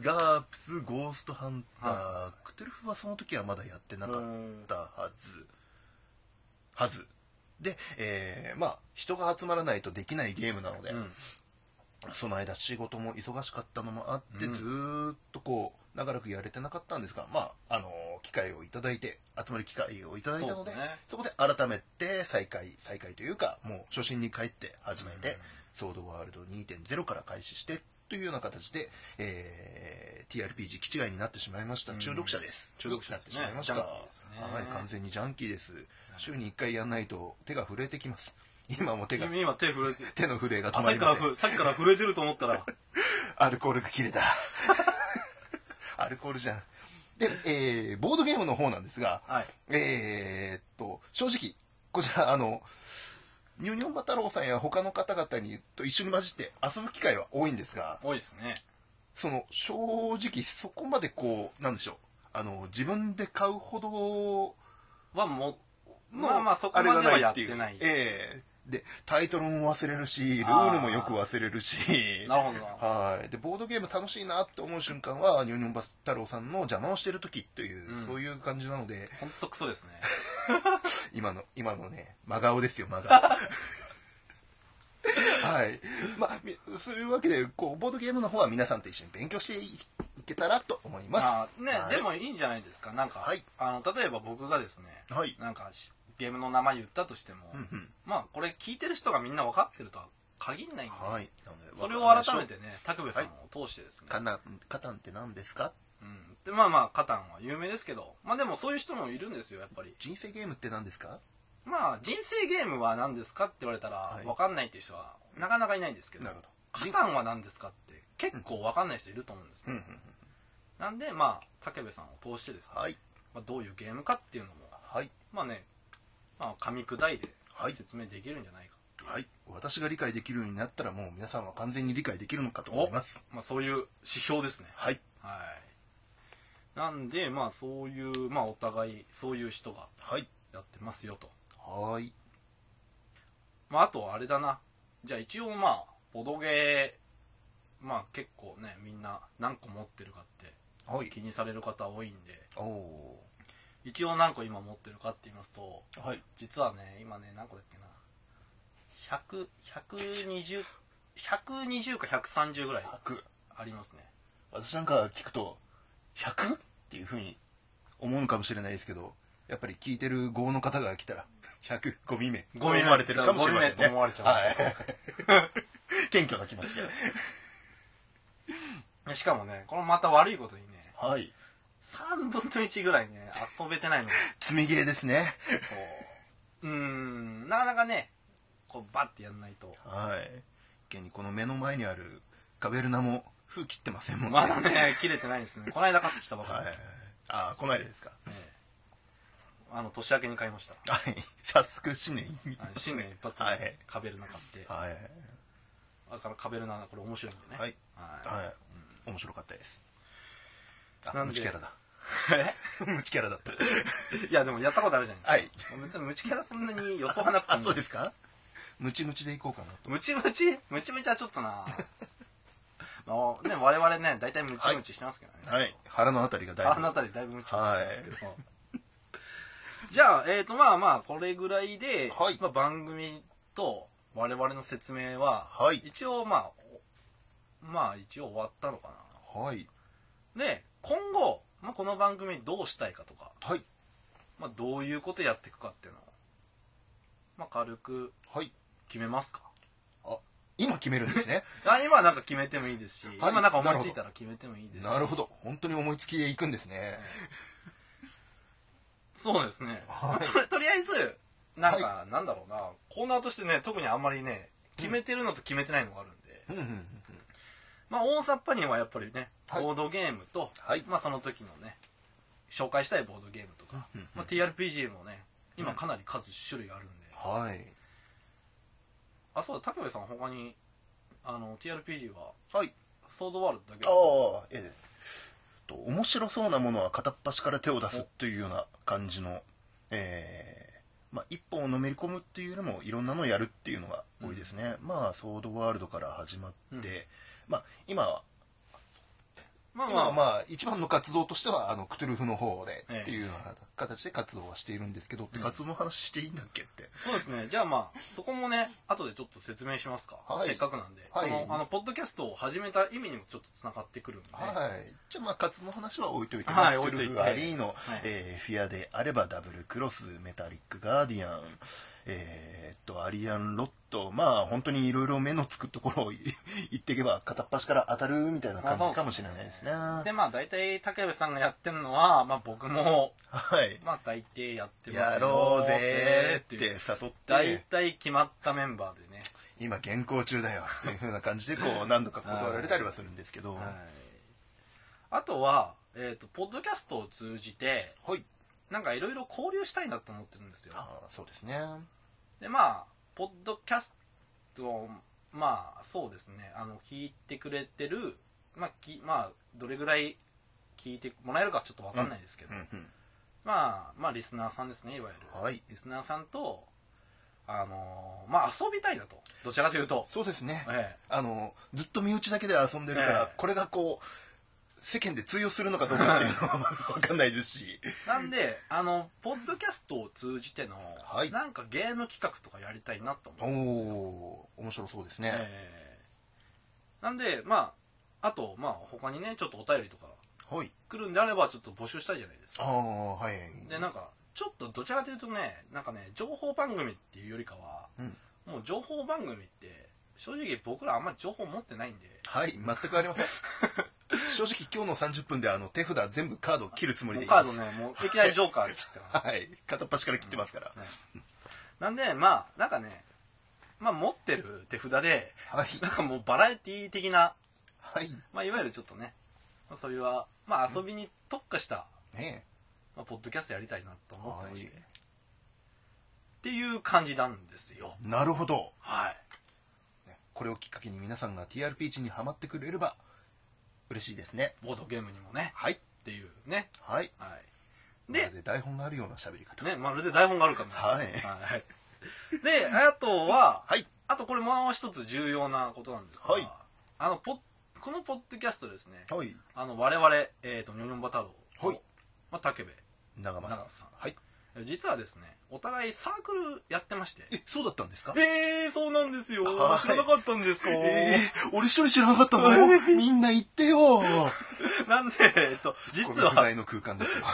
S1: ガープス、ゴーストハンター、
S2: は
S1: クトゥルフはその時はまだやってなか
S2: う
S1: っ
S2: ん
S1: たはず。はず。で、えーまあ、人が集まらないとできないゲームなので、
S2: うん
S1: その間仕事も忙しかったのもあって、
S2: うん
S1: ずーっとこう、長らくやれてなかったんですが、まあ、あのー機会をいただいて、集まる機会をいただいた
S2: そ
S1: の
S2: うで
S1: で、そ
S2: すね
S1: こで改めて再開、再開というか、もう初心に帰って始めて、ソードワールド2.0から開始して、というような形で、えー、TRPG 気違いになってしまいました。
S2: うん
S1: 中毒者です。
S2: 中毒者
S1: にな
S2: で
S1: って
S2: す
S1: し
S2: ね
S1: まいました。
S2: ジャンキーですね
S1: はい、完全にジャンキーです。
S2: うん
S1: 週に1回やんないと手が震えてきます。今も手が、
S2: 今今手震え て
S1: 手の震えが止
S2: あさ
S1: ま
S2: っき
S1: り
S2: から
S1: ません
S2: ふ。さっきから震えてると思ったら
S1: アルコールが切れ た。アルコールじゃん。で、えー、ボードゲームの方なんですが、
S2: はい
S1: えー、っと、正直、こちら、あの、ニューニョンバ太郎さんや他の方々にと一緒に混じって遊ぶ機会は多いんですが、
S2: 多いですね
S1: その、正直そこまでこう、なんでしょう、あの、自分で買うほど
S2: はもう
S1: の、
S2: まあまあそこまではやってない
S1: あれがっていうええで、タイトルも忘れるし、ルールもよく忘れるし、
S2: なるほどな
S1: はい。で、ボードゲーム楽しいなって思う瞬間は、ニョニョンバス太郎さんの邪魔をしてる時っていう、
S2: うん
S1: そういう感じなので、
S2: 本当クソですね
S1: 今の、今のね、真顔ですよ、真 顔。はい。まあ、みそういうわけで、こう、ボードゲームの方は皆さんと一緒に勉強していけたらと思います。
S2: まあね、
S1: はい
S2: でもいいんじゃないですかなんか、
S1: はい
S2: あの例えば僕がですね
S1: はい。
S2: なんかしゲームの名前言ったとしても、
S1: うんうん。
S2: まあこれ聞いてる人がみんな分かってるとは限んないんで、
S1: はい。なので
S2: それを改め。てね拓部さんを通してですね、
S1: カナカタンって何ですか
S2: うん、でまあまあカタンは有名ですけどまあでもそういう人もいるんですよやっぱり
S1: 人生ゲームって何ですか
S2: まあ人生ゲームは何ですかって言われたら
S1: はい
S2: 分かんないっていう人はなかなかいないんですけど、
S1: なるほど。
S2: カタンは何ですかって結構分かんない人いると思うんです、
S1: うん
S2: ね
S1: うんうん。
S2: なんでまあ武部さんを通してですね、
S1: はい。
S2: まあ、どういうゲームかっていうのも
S1: はい。
S2: まあね、まあ、噛み砕いて
S1: はい。
S2: 説明できるんじゃないか、
S1: はい。私が理解できるようになったらもう皆さんは完全に理解できるのかと思います。
S2: まあ、そういう指標ですね
S1: はい。
S2: はいなんでまあそういうまあお互いそういう人が
S1: はい。
S2: やってますよと
S1: はーい。
S2: まああとあれだなじゃあ一応まあボドゲーまあ結構ねみんな何個持ってるかっ
S1: は
S2: て
S1: い。
S2: 気にされる方多いんで
S1: おお
S2: 一応何個今持ってるかって言いますと
S1: ー。はい。
S2: 実はね今ね何個だっけな100 120 120か130ぐらい
S1: 100。
S2: ありますね
S1: 私なんか聞くと、100? っていうふうに思うのかもしれないですけど、やっぱり聞いてる号の方が来たら、100、ゴミ目。
S2: ゴミ目
S1: 思われてるかもしれませんね。
S2: ゴミ目と思われちゃう
S1: はい。謙虚な気持ちで。
S2: でしかもねこのまた悪いことにね
S1: はい。
S2: 3分の1ぐらいね遊べてないので
S1: 積みゲーですね。
S2: うーんなかなかねこうバッてやんないと
S1: はい。現にこの目の前にあるカベルナも封切ってませんもん
S2: まだね切れてないですねこの間買ってきたばか
S1: は
S2: り、
S1: い。ああ、この間ですか。
S2: ええあの年明けに買いました
S1: はい。早速、新年。
S2: はい新年一発
S1: は
S2: で
S1: い
S2: カベルナ買って、
S1: はい。
S2: あからカベルナこれ面白いんでね
S1: はい。
S2: は
S1: はい。面白かったです。
S2: な
S1: あ、
S2: んで
S1: 無知キャラだ。
S2: い
S1: 無知キャラだった。
S2: え いやでもやったことあるじゃない
S1: はい。
S2: 別にムチキャラそんなに予想はなくて
S1: あ、
S2: も
S1: そうですかムチムチでいこうかなと。
S2: ムチムチムチムチはちょっ となまあね我々ね大体ムチムチしてますけどね、
S1: はい。腹のあたりがだいぶ。
S2: あなたでだいぶムチムチしてますけど、じゃあえっ、とまあまあこれぐらいで、
S1: はい
S2: まあ、番組と我々の説明は、
S1: はい。
S2: 一応まあおまあ一応終わったのか
S1: はい。
S2: なで今後、まあ、この番組どうしたいかとか、
S1: はい。
S2: まあ、どういうことやっていくかっていうのを、まあ、軽く
S1: はい。
S2: 決めますか
S1: 今決めるんです ね。
S2: あ今はなんか決めてもいいですし、
S1: はい
S2: 今なんか思いついたら決めてもいいですし
S1: なるほど。本当に思いつきでいくんですね。
S2: そうですね、
S1: はい
S2: まあとりとりあえずなんか、なんだろうなコーナーとしてね特にあんまりね決めてるのと決めてないのがあるんで、
S1: うんうんうんうん。
S2: まあ大雑把にはやっぱりね
S1: はい
S2: ボードゲームと、
S1: はい。
S2: まあその時のね紹介したいボードゲームとか、
S1: うんうん
S2: まあ、TRPG もね今
S1: うん
S2: かなり数種類あるんで、
S1: はい。
S2: あそうだ竹部さん他にあの TRPG は
S1: はい。
S2: ソードワールドだけ
S1: ああ、ええ。と、面白そうなものは片っ端から手を出すというような感じの、ええまあ、一本をのめり込むっていうよりも、いろんなのをやるっていうのが多いですね。まあ、ソードワールドから始まって、
S2: うん
S1: まあ、今は、
S2: まあま
S1: 今
S2: あ、
S1: はまあ、一番の活動としては、あの、クトゥルフの方で
S2: ええ
S1: っていうような形で活動はしているんですけど、って
S2: うん
S1: 活動の話していいんだっけって。
S2: そうですね。じゃあまあ、そこもね、後でちょっと説明しますか。
S1: はい
S2: せっかくなんで。
S1: はい
S2: この、あの、ポッドキャストを始めた意味にもちょっとつながってくるんで。
S1: はい。じゃあまあ、活動の話は置いといて、
S2: はい
S1: クトゥル
S2: 置い
S1: フ
S2: といて
S1: アリーの、
S2: はい
S1: えーフィアであればダブルクロス、メタリックガーディアン、えーっと、アリアンロット、まあ本当にいろいろ目のつくところを言ってい けば片っ端から当たるみたいな感じかもしれないですね。は
S2: でまあ、大体、竹部さんがやってるのは、まあ僕も、
S1: い。
S2: まあ大抵やってますよ
S1: やろうぜーって
S2: いう。
S1: 誘って
S2: 大、体決まったメンバーでね。
S1: 今原稿中だよっていうふうな感じでこう何度か断られたりはするんですけど、
S2: はい
S1: は。
S2: あとは、えっ、と、ポッドキャストを通じて、
S1: い。
S2: なんかいろいろ交流したいなと思ってるんですよ。
S1: あーそうですね。
S2: でまあポッドキャストをまあそうですねあの聞いてくれてるまあきまあどれぐらい聞いてもらえるかちょっとわかんないですけど、
S1: うんうん。
S2: まあまあリスナーさんですねいわゆる、
S1: はい
S2: リスナーさんとあのーまあ遊びたいなとどちらかというと、
S1: そうですね。
S2: え
S1: あの、ずっと身内だけで遊んでるから、
S2: ええ
S1: これがこう、世間で通用するのかどうかっていうのはわかんないですし。
S2: えなんであのポッドキャストを通じての、
S1: はい
S2: なんかゲーム企画とかやりたいなと
S1: お
S2: 思って
S1: お面白そうですね。
S2: ええなんでまああとまあ他にねちょっとお便りとか
S1: はい。
S2: 来るんであればちょっと募集したいじゃないです
S1: あ
S2: か
S1: あ、はい。
S2: でなんかちょっとどちらかというとねなんかね情報番組っていうよりかは、
S1: うん
S2: もう情報番組って正直僕らあんまり情報持ってないんで
S1: はい、全くありません。 正直今日の30分であの手札全部カードを切るつもりで
S2: もう
S1: い
S2: カ
S1: ま
S2: ー
S1: す。
S2: ドねもういきなりジョーカー切ってます
S1: はい、片っ端から切ってますから。
S2: なんでまあなんかねまあ持ってる手札で
S1: はい、
S2: なんかもうバラエティ的な、
S1: はい、
S2: まあ、いわゆるちょっとね、まあ、それはまあ遊びに特化した、
S1: ね
S2: まあ、ポッドキャストやりたいなと思ってまして、
S1: はい
S2: っていう感じなんですよ
S1: えなるほど。
S2: はい
S1: ねこれをきっかけに皆さんが TRPG にハマってくれれば嬉しいですね。
S2: ボードゲームにもね
S1: はい、
S2: っていうね
S1: はい。
S2: はい
S1: で
S2: で、
S1: 台本があるような喋り方。
S2: ねまるで台本があるかも
S1: はい
S2: はい、であとは、
S1: はい
S2: あとこれもう一つ重要なことなんですが、
S1: はい
S2: あのポッこのポッドキャストですね
S1: はい。
S2: あの我々、えー、とニョニョンバ太郎と、
S1: はい
S2: まあ、竹部
S1: 長
S2: 長
S1: 間さん
S2: 瀬。さん
S1: はい。
S2: 実はですねお互いサークルやってまして
S1: え、そうだったんですか
S2: えー、そうなんですよ
S1: はい
S2: 知らなかったんですか、
S1: えー、俺一人知らなかったの みんな言ってよ
S2: なんで、えっと、
S1: こ
S2: 実
S1: のぐら
S2: はい
S1: の空間です よ。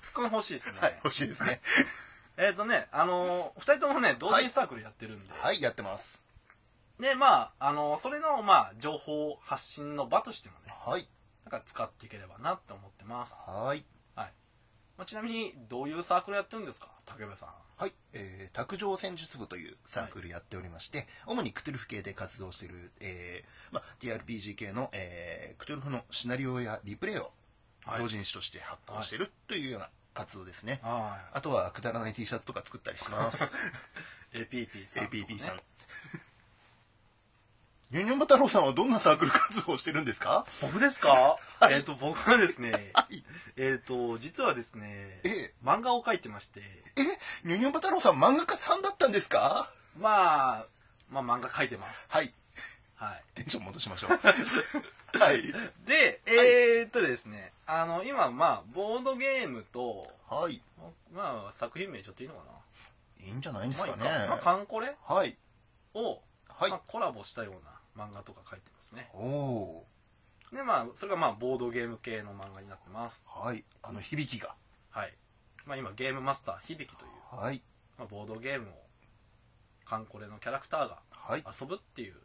S2: ツッコミ欲しいですね、
S1: はい、欲しいですね。
S2: えっ、とねあのー、2人ともね同
S1: は
S2: 時
S1: い
S2: にサークルやってるんで、
S1: はい、やってます。
S2: でまああのそれのまあ情報発信の場としてもね
S1: はい。
S2: なんか使っていければなって思ってます、
S1: はい。
S2: まあ、ちなみにどういうサークルやってるんですか竹部さん
S1: はい。えー、卓上戦術部というサークルやっておりまして、主にクトゥルフ系で活動している、えー、まあ、TRPG 系の、えー、クトゥルフのシナリオやリプレイを同人誌として発行しているというような活動ですね。
S2: ああ
S1: あとは、くだらない T シャツとか作ったりし ます。
S2: APP さん、
S1: APP さん。ユニョンバ太郎さんはどんなサークル活動をしてるんですか
S2: 僕ですか、
S1: はい
S2: えっ、と、僕はですね、
S1: はい。
S2: えっ、と、実はですね、
S1: え、
S2: 漫画を描いてまして、
S1: ユニョンバ太郎さん漫画家さんだったんですか
S2: まあ、まあ漫画描いてます。
S1: はい。
S2: はい。
S1: テンション戻しましょう。 はい。
S2: で、
S1: はい
S2: えーっとですね、あの、今、まあ、ボードゲームと、
S1: はい。
S2: まあ、作品名ちょっといいのかない
S1: いんじゃないです
S2: ま
S1: か
S2: あいい
S1: ね
S2: か。まあ、カンコレ
S1: はい。
S2: を、
S1: はい
S2: まあ、。コラボしたような漫画とか書いてますね。
S1: おお
S2: で、まあ、それがまあ、ボードゲーム系の漫画になってます。
S1: ー。はい。あの、響きが。
S2: はい。まあ、今、ゲームマスター、響きという、
S1: はい。
S2: まあ、ボードゲームを、カンコレのキャラクターが
S1: はい。
S2: 遊ぶっていう、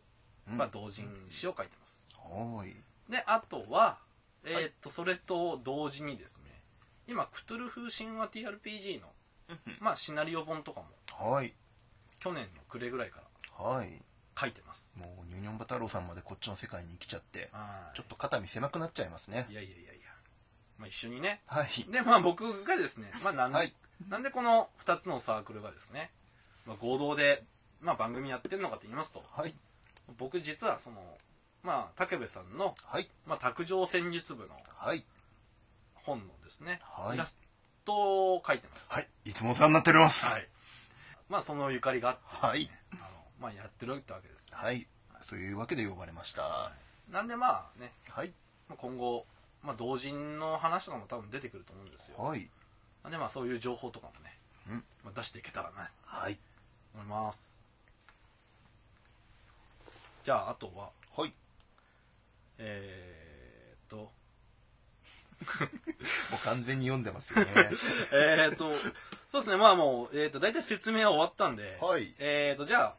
S1: うん
S2: まあ、同人誌を書いてます。
S1: おーい。
S2: で、あとは、えーっと、それと同時にですね、今、クトゥルフ神話 TRPG の、まあ、シナリオ本とかも、
S1: はい。
S2: 去年の暮れぐらいから
S1: はい。
S2: 書いてます。
S1: もう、ニョニョンバ太郎さんまでこっちの世界に来ちゃって、
S2: はい
S1: ちょっと肩身狭くなっちゃいますね。
S2: いやいやいやいや。まあ、一緒にね。
S1: はい。
S2: で、まあ、僕がですね、まあ、なんで、
S1: はい。
S2: なんでこの2つのサークルがですね、まあ、合同で、まあ、番組やってるのかと言いますと、
S1: はい。
S2: 僕実はその、まあ、武部さんの、
S1: はい。
S2: まあ、卓上戦術部の
S1: はい。
S2: 本のですね、
S1: はい
S2: イラストを書いてます。
S1: はい。いつもお世話になっております。
S2: はい。まあ、そのゆかりがあってですね、あの、まあ、やってるってわけですよ。
S1: はい。そういうわけで呼ばれました。
S2: なんでまあね、
S1: はい。
S2: まあ今後、まあ、同人の話とかも多分出てくると思うんですよ。
S1: はい。
S2: なんでまあ、そういう情報とかもね、
S1: うん
S2: まあ、出していけたらな、
S1: はい。
S2: 思います。じゃあ、あとは、
S1: はい。
S2: えー、っと、
S1: もう完全に読んで ますよね。
S2: えー、っと、そうですね、まあもう、えー、っと、大体説明は終わったんで、
S1: はい。
S2: えー、っと、じゃあ、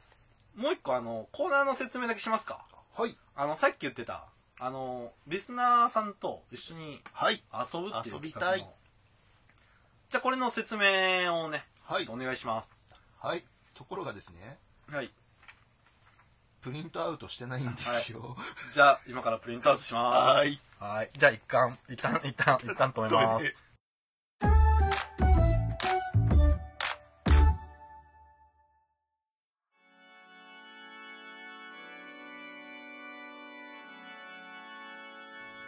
S2: もう一個、あの、コーナーの説明だけしますか。
S1: はい。
S2: あの、さっき言ってた、あの、リスナーさんと一緒に
S1: はい。
S2: 遊ぶっていう
S1: 遊び
S2: 企画
S1: たい
S2: のじゃあ、これの説明をね、
S1: はい
S2: お。願いします。
S1: はい。ところがですね、
S2: はい。
S1: プリントアウトしてないんですよ。
S2: じゃあ、今からプリントアウトします。
S1: はい。
S2: はい。じゃあ一旦、一旦、一旦、一旦止めま
S1: 止めて
S2: す。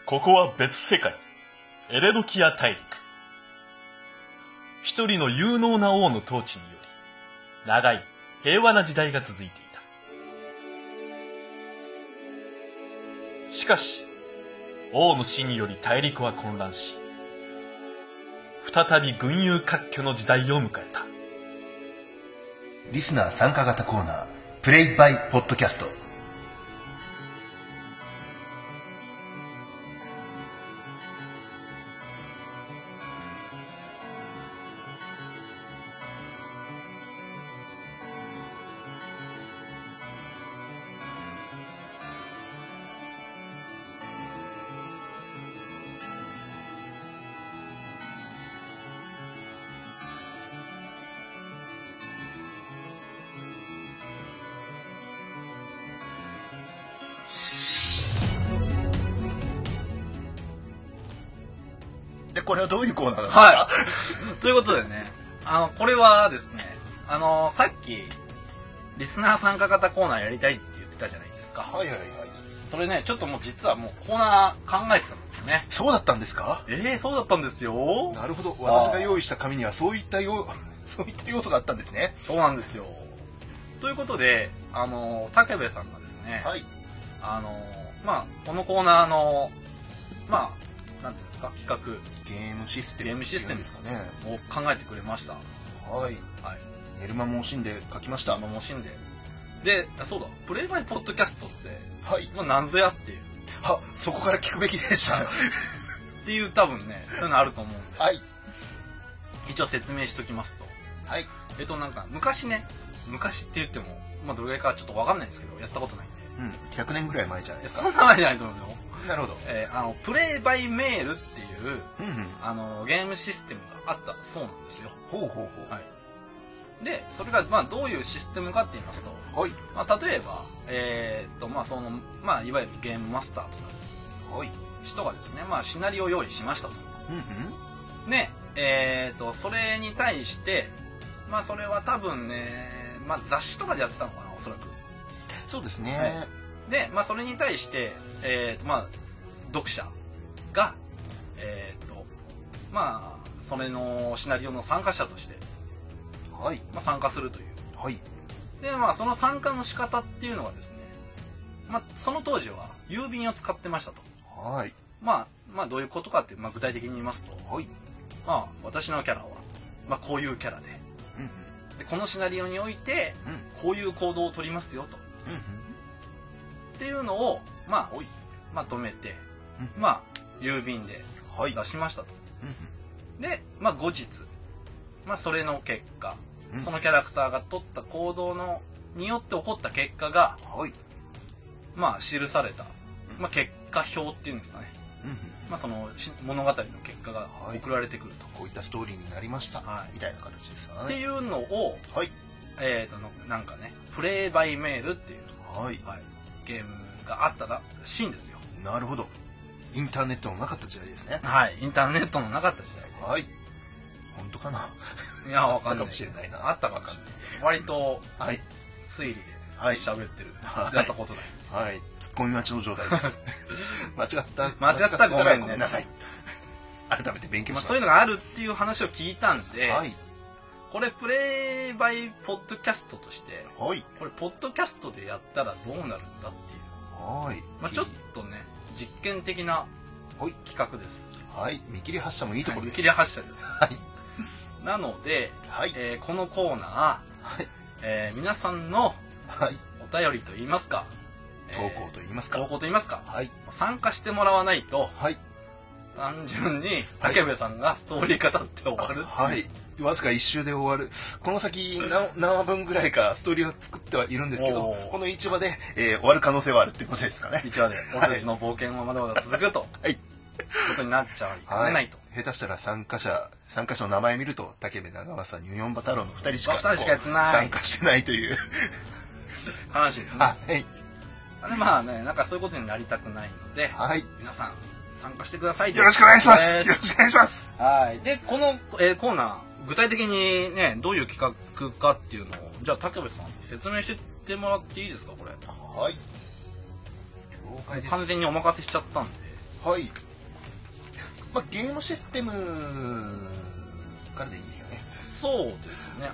S3: ここは別世界。エレドキア大陸。一人の有能な王の統治により、長い平和な時代が続いていた。しかし、王の死により大陸は混乱し、再び群雄割拠の時代を迎えた。
S1: リスナー参加型コーナー、プレイバイポッドキャスト。で、これはどういうコーナーなんですか
S2: はいという ことでね、あの、これはですね、あの、さっき、リスナー参加型コーナーやりたいって言ってたじゃないですか。
S1: はいはいはい。
S2: それね、ちょっともう実はもうコーナー考えてたんですよね。
S1: そうだったんですか
S2: ええそうだったんですよ。
S1: なるほど。私が用意した紙にはそういったよう、 そういった用途があったんですね。
S2: そうなんですよ。ということで、あの、武部さんがですね、
S1: はい。
S2: あの、まあ、このコーナーの、まあ、なんていうんですか、企
S1: ゲームシステム。
S2: ゲームシステム
S1: ですかね。
S2: 画を考えてくれました。
S1: はい。
S2: はい。
S1: 寝る間も惜しんで書きました。
S2: 今もしんで。で、あそうだ、プレイバイポッドキャストって、
S1: はい。
S2: まあ、なんぞやっていう、
S1: は、そこから聞くべきでした。
S2: っていう多分ね、そういうのあると思うんで、
S1: はい。
S2: 一応説明しときますと。
S1: はい。
S2: えっと、なんか、昔ね、昔って言っても、まあ、どれぐらいかちょっとわかんないんですけど、やったことないんで。
S1: うん。100年ぐらい前じゃない
S2: い
S1: で
S2: や
S1: す
S2: そ
S1: か。
S2: んな前じゃないと思うよ。
S1: なるほど。
S2: えーあの、プレイバイメールっていう、
S1: うんうん。
S2: あの、ゲームシステムがあったそうなんですよ。
S1: ほうほうほう。
S2: はい。で、それが、まあ、どういうシステムかって言いますと、
S1: はい。
S2: まあ、例えば、えーっと、まあ、その、まあ、いわゆるゲームマスターとか、
S1: はい。
S2: 人がですね、まあ、シナリオを用意しましたと。
S1: うんうん。
S2: ね、ええー、とそれに対してまあそれは多分ね、まあ、雑誌とかでやってたのかなおそらく
S1: そうですね。
S2: はで、まあ、それに対して、えーとまあ、読者が、えーとまあ、それのシナリオの参加者として、
S1: はい。
S2: まあ、参加するという
S1: はい。
S2: で、まあ、その参加の仕方っていうのがですね、まあ、その当時は郵便を使ってましたと、
S1: はい。
S2: まあ、まあどういうことかって、まあ、具体的に言いますと、
S1: はい。
S2: まあ、私のキャラは、まあ、こういうキャラで
S1: うんうん。
S2: でこのシナリオにおいて
S1: うん。
S2: こういう行動をとりますよと
S1: うん
S2: っていうのを、まあ
S1: はい、
S2: まとめて、
S1: うん。うん。
S2: まあ、郵便で
S1: あ、はい。
S2: 出しましたと。
S1: うん
S2: で、まあ、後日、まあ、それの結果、
S1: うん
S2: そのキャラクターが取った行動のによって起こった結果が、
S1: うん。はい。
S2: まあ、記された、
S1: うん
S2: まあ、結果表っていうんですかね、
S1: うんうん。
S2: まあ、そのし物語の結果が
S1: はい
S2: 送られてくると、
S1: こういったストーリーになりました。
S2: はい
S1: みたいな形ですか
S2: っ
S1: ね
S2: て。いうのを、
S1: はい。
S2: えー、とのなんかねプレイバイメールっていう、
S1: はい。
S2: はい、ゲームがあったらしいんですよ
S1: なるほど。インターネットのなかった時代ですね。
S2: はいインターネットのなかった時代
S1: はい。本当かない
S2: やわかん
S1: あった
S2: な
S1: か
S2: い
S1: もしれないな
S2: あったかもしれない割と
S1: はい。
S2: 推理で
S1: はい
S2: 喋ってる、
S1: はい
S2: やったことない
S1: はい。ツッコミ待ちの状態 です。間違った。
S2: 間違ったらごめんね
S1: 間違っごめんなさい。改めて勉強
S2: まあ、
S1: し
S2: そう
S1: ま
S2: いうのがあるっていう話を聞いたんで、
S1: はい。
S2: これプレイバイポッドキャストとして
S1: はい。
S2: これポッドキャストでやったらどうなるんだっていう、
S1: はい。
S2: まあ、ちょっとね実験的な
S1: はい
S2: 企画です
S1: はい。見切り発車もいいところ
S2: 見
S1: です。
S2: 切り発車です
S1: はい。
S2: なので、
S1: はい。
S2: えーこのコーナ
S1: はい。
S2: ー、えー皆さんの
S1: はい。
S2: お便りといいますか、
S1: 投稿と言います
S2: 投
S1: か。
S2: 稿といいますか
S1: はい。
S2: 参加してもらわないと
S1: はい。
S2: 単純に
S1: はい
S2: 武部さんがストーリー語って終わる、
S1: はい。わずか一周で終わる。この先何、何話分ぐらいかストーリーは作ってはいるんですけど
S2: おー、
S1: この一話で、えー終わる可能性はあるっていうことですかね。
S2: 一話で私の冒険はまだまだ続くと、
S1: い
S2: ことになっちゃいかねないと、
S1: 下手したら参加者、参加者の名前見ると、竹部長政、ニュニョンバ太郎の二人しか
S2: お二人しかやってな
S1: 参
S2: い
S1: 加してないという。
S2: 悲しいですね
S1: はい。
S2: でまあねなんかそういうことになりたくないので
S1: はい。
S2: 皆さん参加してください
S1: よろしくお願いします。
S2: え
S1: よろしくお願いします。
S2: ーはいでこの、えーコーナー具体的にねどういう企画かっていうのをじゃあ武部さんに説明してってもらっていいですかこれ
S1: はい。了解です。
S2: 完全にお任せしちゃったんで
S1: はい。まあ、ゲームシステムからでいいですよね。
S2: そうですね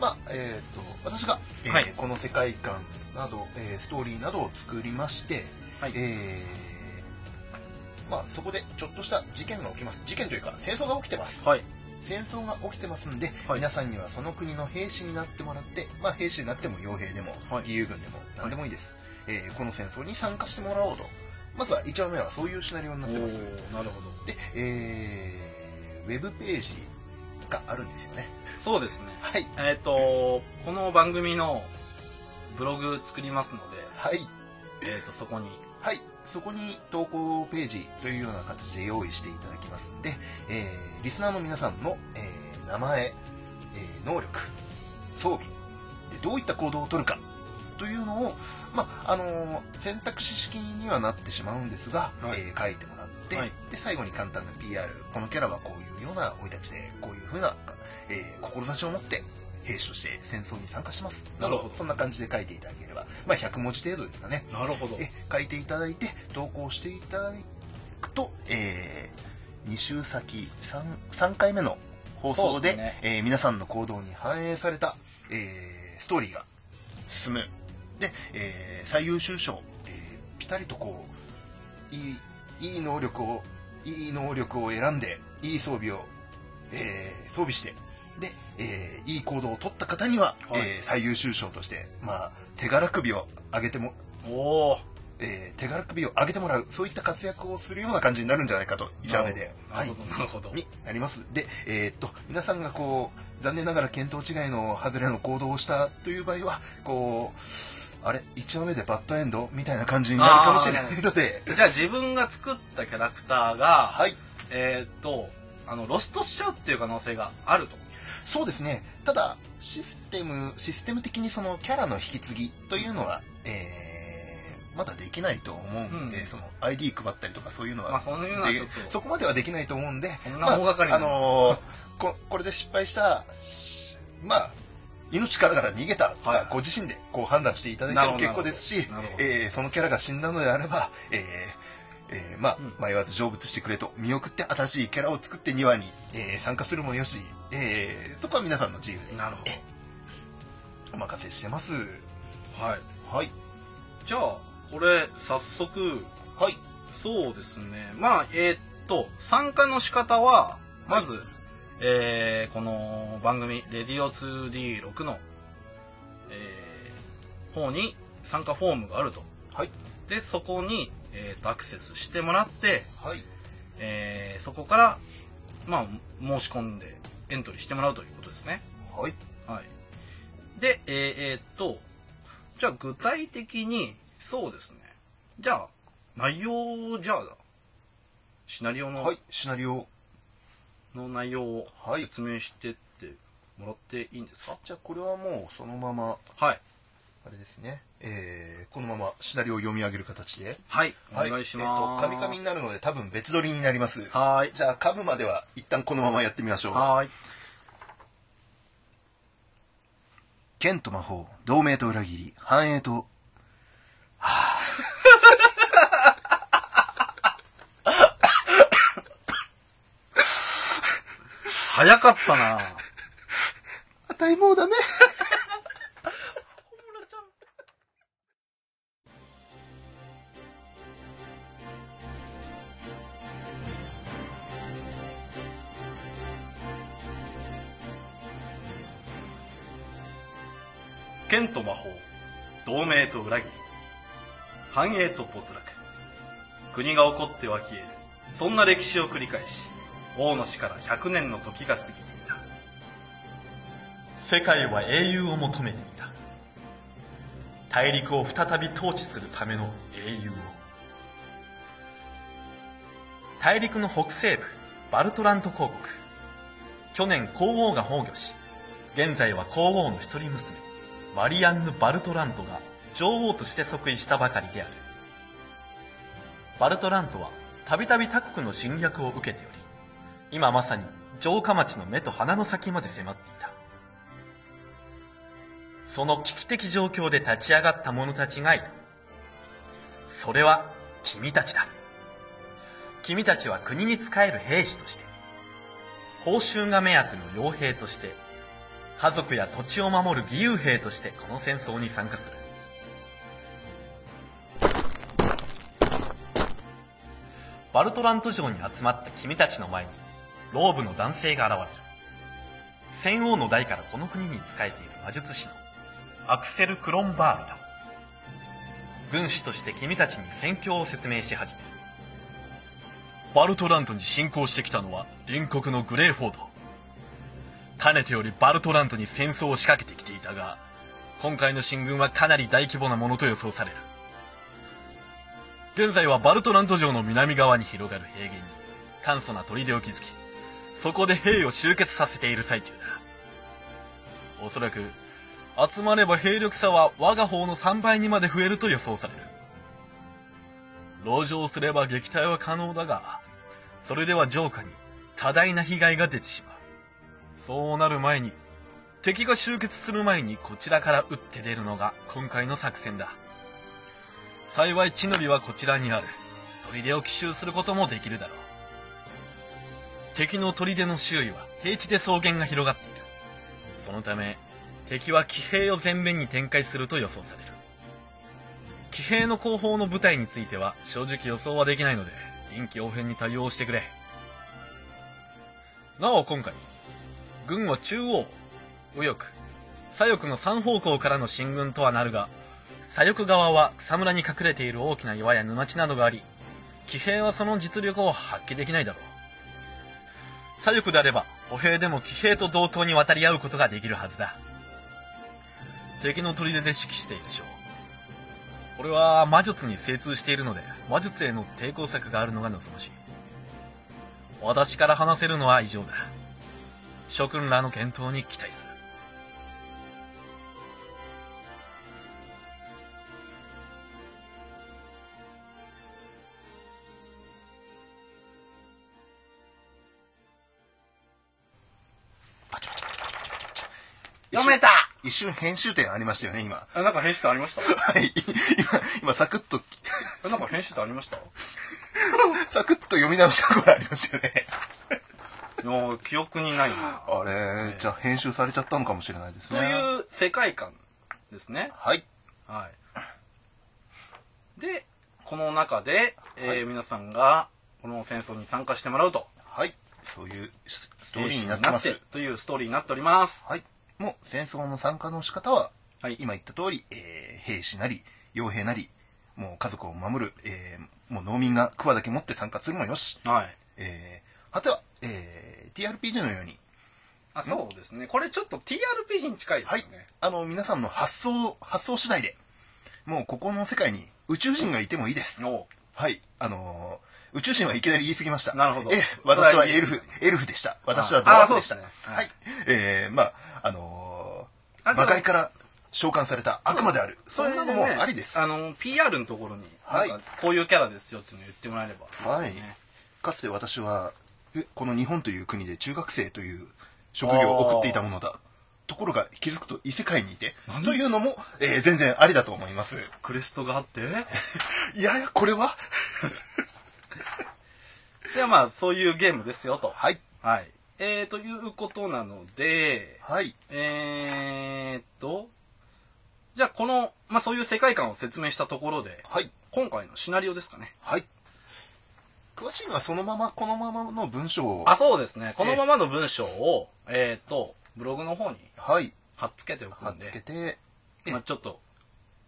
S1: まあ、えっ、と、私が、えー
S2: はい
S1: この世界観など、えーストーリーなどを作りまして、
S2: はい
S1: えーまあ、そこでちょっとした事件が起きます。事件というか、戦争が起きてます。
S2: はい
S1: 戦争が起きてますんで、
S2: はい
S1: 皆さんにはその国の兵士になってもらって、まあ、兵士になっても傭兵でも、
S2: はい
S1: 義勇軍でも、何でもいいです、えーこの戦争に参加してもらおうと。まずは1話目はそういうシナリオになってます。
S2: おーなるほど
S1: で、えー、ウェブページがあるんですよね。
S2: そうですね
S1: はい。
S2: えっ、とこの番組のブログ作りますので、
S1: はい。
S2: えっとそこに
S1: はい。そこに投稿ページというような形で用意していただきますんで、えー、リスナーの皆さんの、えー、名前、えー、能力、装備、でどういった行動をとるかというのを、まあ、あのー選択肢式にはなってしまうんですが、
S2: はい
S1: えー書いてもらって、
S2: はい
S1: で、最後に簡単な PR、このキャラはこういうような生い立ちで、こういうふうな、えー、志を持って、兵士として戦争に参加します。な
S2: なる
S1: ど
S2: ほど
S1: そんな感じで書いていただければ、まあ、100文字程度ですかね。
S2: なるほど
S1: え書いていただいて投稿していただくと、え2週先 3, 3回目の放送で
S2: そうですね
S1: えー皆さんの行動に反映された、えーストーリーが進むで、えー最優秀賞、えーピタリとこういいいい能力をいい能力を選んでいい装備を、えー装備してで、えーいい行動を取った方には、
S2: はい
S1: えー最優秀賞として、まあ、手柄首を上げても
S2: おお
S1: えー手柄首を上げてもらう、そういった活躍をするような感じになるんじゃないかと、1話目で。
S2: な
S1: は
S2: る
S1: い
S2: ほ。どなるほど、
S1: になります。で、えーっと、皆さんがこう、残念ながら見当違いの外れの行動をしたという場合は、こう、あれ、1話目でバッドエンドみたいな感じになるかもしれないの で、
S2: じゃあ自分が作ったキャラクターが、
S1: はい。
S2: えーっとあのロストしちゃうっていう可能性があると
S1: そうですね。ただ、システム、システム的にそのキャラの引き継ぎというのは、えまだできないと思うんで、
S2: うん
S1: その ID 配ったりとかそういうのは、
S2: まあそういうのはちょっ
S1: で
S2: と
S1: そこまではできないと思うんで、
S2: そんな
S1: ま
S2: 大掛かり
S1: あ、
S2: な
S1: あのーここれで失敗した、しまあ、命からがら逃げた、
S2: はい
S1: ご自身でこう判断していただいても
S2: なる
S1: 結
S2: ほど
S1: 構ですし
S2: なるほ、ど
S1: えーそのキャラが死んだのであれば、えーえーまあ
S2: うん、
S1: 迷わず成仏してくれと、見送って新しいキャラを作って2話に、えー参加するもよし、えーそこは皆さんの自由で
S2: なるほ
S1: お任せしてます。
S2: どはい
S1: はい。
S2: じゃあこれ早速
S1: はい。
S2: そうですねまあえーっと参加の仕方はまず、えーこの番組「レディオ 2D6 の」えー方に参加フォームがあると
S1: はい。
S2: でそこに、えーとアクセスしてもらって、
S1: はい。
S2: えーそこから、まあ、申し込んでエントリーしてもらうということですね
S1: はい。
S2: はい。で、えーえーっと、じゃあ具体的に、そうですね。じゃあ、内容をじゃあ、シナリオの,、
S1: はい。シナリオ。
S2: の内容を
S1: はい
S2: 説明してってもらっていいんですか
S1: じゃあこれはもうそのまま、
S2: はい。
S1: あれですね。えー、このままシナリオを読み上げる形で。
S2: はい。お願いします。
S1: えっ、と、カミカミになるので多分別撮りになります。
S2: はーい。
S1: じゃあ噛むまでは一旦このままやってみましょう。
S2: はーい。
S1: 剣と魔法、同盟と裏切り、繁栄と、
S2: 早かったな
S1: あたいもう だね。
S2: 剣と魔法、同盟と裏切り、繁栄と没落、国が起こっては消える、そんな歴史を繰り返し、王の死から100年の時が過ぎていた。
S3: 世界は英雄を求めていた大陸を再び統治するための英雄を大陸の北西部バルトラント公国去年皇后が崩御し現在は皇后の一人娘マリアンヌ・バルトラントが女王として即位したばかりであるバルトラントはたびたび他国の侵略を受けており今まさに城下町の目と鼻の先まで迫っていたその危機的状況で立ち上がった者たちがいる。それは君たちだ。君たちは国に仕える兵士として、報酬が目当ての傭兵として、家族や土地を守る義勇兵としてこの戦争に参加する。バルトラント城に集まった君たちの前に、ローブの男性が現れる。戦王の代からこの国に仕えている魔術師のアクセル・クロンバールだ軍師として君たちに戦況を説明し始めるバルトラントに侵攻してきたのは隣国のグレーフォードかねてよりバルトラントに戦争を仕掛けてきていたが今回の進軍はかなり大規模なものと予想される現在はバルトラント城の南側に広がる平原に簡素な砦を築きそこで兵を集結させている最中だ。おそらく、集まれば兵力差は我が方の3倍にまで増えると予想される。籠城すれば撃退は可能だが、それでは城下に多大な被害が出てしまう。そうなる前に、敵が集結する前にこちらから撃って出るのが今回の作戦だ。幸い地の利はこちらにある。砦を奇襲することもできるだろう。敵の砦の周囲は平地で草原が広がっているそのため敵は騎兵を前面に展開すると予想される騎兵の後方の部隊については正直予想はできないので臨機応変に対応してくれなお今回軍は中央右翼左翼の3方向からの進軍とはなるが左翼側は草むらに隠れている大きな岩や沼地などがあり騎兵はその実力を発揮できないだろう左翼であれば歩兵でも騎兵と同等に渡り合うことができるはずだ敵の砦で指揮している将これは魔術に精通しているので魔術への抵抗策があるのが望ましい私から話せるのは以上だ諸君らの検討に期待する
S1: 瞬
S2: 読めた
S1: 一瞬編集点ありましたよね、今。
S2: えなんか編集点ありました
S1: はい。今、 今サクッと、
S2: えなんか編集点ありま したい
S1: サクッと読み直したことありましたよね。
S2: やー記憶にないな
S1: あれ、じゃあ編集されちゃったのかもしれないです
S2: と
S1: ね。
S2: いう世界観ですね
S1: はい。
S2: はいでこの中で、えー
S1: はい
S2: 皆さんがこの戦争に参加してもらうと
S1: はい。そういうストーリーになってます。
S2: えというストーリーになっております
S1: はい。もう戦争の参加の仕方は、
S2: はい
S1: 今言った通り、えー兵士なり、傭兵なり、もう家族を守る、えーもう農民が桑だけ持って参加するもよし、
S2: はい
S1: えー、果ては、えー TRPG のように、
S2: あそうですねこれちょっと TRPG に近いです
S1: は
S2: よ
S1: い
S2: ね、。
S1: あの、皆さんの発想、発想次第で、もうここの世界に宇宙人がいてもいいです。
S2: お
S1: はい。あのー宇宙人はいきなり言い過ぎました。
S2: なるほど
S1: ええ、私はエルフ、エルフでした。私はド
S2: あ
S1: ラ
S2: あ
S1: フ
S2: そう
S1: で
S2: で
S1: し
S2: す
S1: た。
S2: ね
S1: はい、えー、まあ、あの
S2: あ
S1: ー、
S2: でも
S1: 魔界から召喚された悪魔である。そ
S2: それ
S1: ん
S2: で
S1: な
S2: ね
S1: のもありです。
S2: あの PR のところに
S1: はい
S2: なんかこういうキャラですよっていうのを言ってもらえれば
S1: はい
S2: ね。
S1: かつて私は、えこの日本という国で中学生という職業を送っていたものだ。ところが気づくと異世界にいて
S2: 何、
S1: というのも、えー全然ありだと思います。
S2: クレストがあって
S1: いやいや、これは
S2: ではまあそういうゲームですよと
S1: はい。
S2: はいえー、ということなので
S1: はい。
S2: えー、っとじゃあこの、まあ、そういう世界観を説明したところで
S1: はい。
S2: 今回のシナリオですかね
S1: はい。詳しいのはそのまま、このままの文章を。
S2: あそうですねこのままの文章をえー、っとブログの方に
S1: はい。
S2: 貼っつけておく
S1: 貼
S2: ん
S1: っつけ
S2: で、
S1: て、え
S2: まあ、ちょっと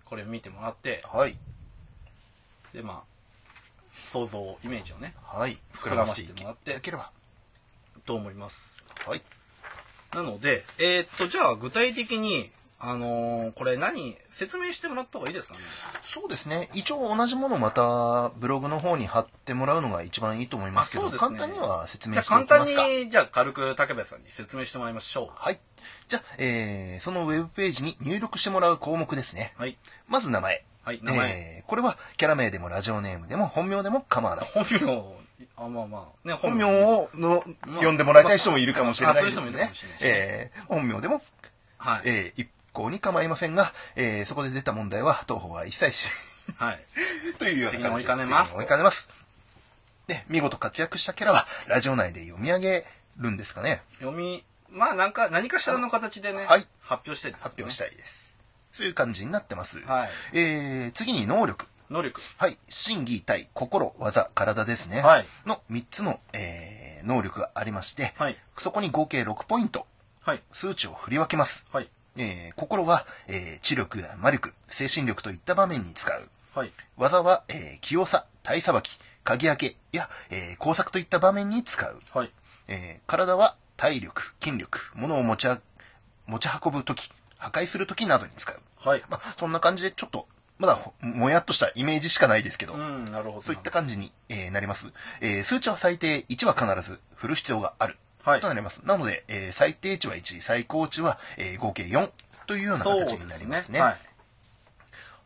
S2: これ見てもらって
S1: はい。
S2: でまあ想像イメージをね
S1: はい。
S2: 膨らませてもらって
S1: 膨らませいただければ。
S2: と思います
S1: はい。
S2: なのでえーっとじゃあ具体的にあのーこれ何説明してもらった方がいいですかね
S1: そうですね。一応同じものまた、ブログの方に貼ってもらうのが一番いいと思いますけ
S2: あそ
S1: ど、
S2: うですね
S1: 簡単には説
S2: じゃ
S1: 明
S2: あ
S1: してお
S2: 簡
S1: きま
S2: 単
S1: すか。
S2: にじゃあ軽く竹部さんに説明してもらいましょ
S1: はい。じゃあ、えー、そのウェブページに入力してもらう項目ですね。
S2: うはい
S1: まず名前。
S2: はい名前、
S1: えー、これはキャラ名でもラジオネームでも本名でも構わない。
S2: 本名をあまあまあね
S1: 本名
S2: を
S1: をの、
S2: まあ
S1: 呼んでもらいたい人もいるかもしれない
S2: あ
S1: で
S2: そう
S1: す
S2: いう人もいるか
S1: ね
S2: もしれない。
S1: えー本名でも、
S2: はい、
S1: えー一向に構いませんが、えーそこで出た問題は、当方は一切し
S2: は
S1: な
S2: い、
S1: いというような感じ
S2: 責任を追いかねます
S1: 責任を追いかねます。で、見事活躍したキャラは、ラジオ内で読み上げるんですかね。
S2: 読みまあなんか何かしらの形でね、
S1: はい
S2: 発表してですね、
S1: 発表したいです。そういう感じになってます。
S2: はい
S1: えー次に能力。
S2: 能力
S1: はい。心技体、心、技、体ですね。
S2: はい
S1: の3つの、えー能力がありまして、
S2: はい
S1: そこに合計6ポイント、
S2: はい
S1: 数値を振り分けます。
S2: はい
S1: えー心は、えー知力や魔力、精神力といった場面に使う。
S2: はい
S1: 技は、えー器用さ、体さばき、鍵開けや、えー工作といった場面に使う。
S2: はい
S1: えー体は体力、筋力、物を持ちあ持ち運ぶとき、破壊するときなどに使う。
S2: はい
S1: まあ、そんな感じでちょっと、まだほもやっとしたイメージしかないですけど、
S2: うんなるほど
S1: そういった感じに、えーなります、えー数値は最低1は必ず振る必要がある。
S2: はい
S1: となります。なので、えー最低値は1、最高値は、えー合計4というような形になりますね。
S2: はい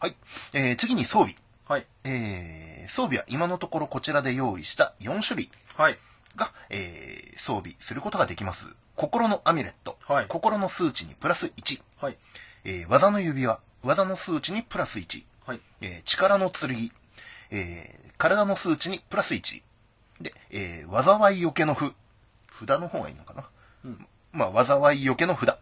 S1: はい、えー次に装備。
S2: はい
S1: えー装備は今のところこちらで用意した4種類
S2: はい
S1: が、えー装備することができます。心のアミュレット。
S2: はい
S1: 心の数値にプラス1。
S2: はい
S1: えー技の指輪。技の数値にプラス1。
S2: はい
S1: えー力の剣、えー体の数値にプラス1。で、えー災いよけの符。札の方がいいのかな。
S2: うん
S1: まあ、災いよけの札。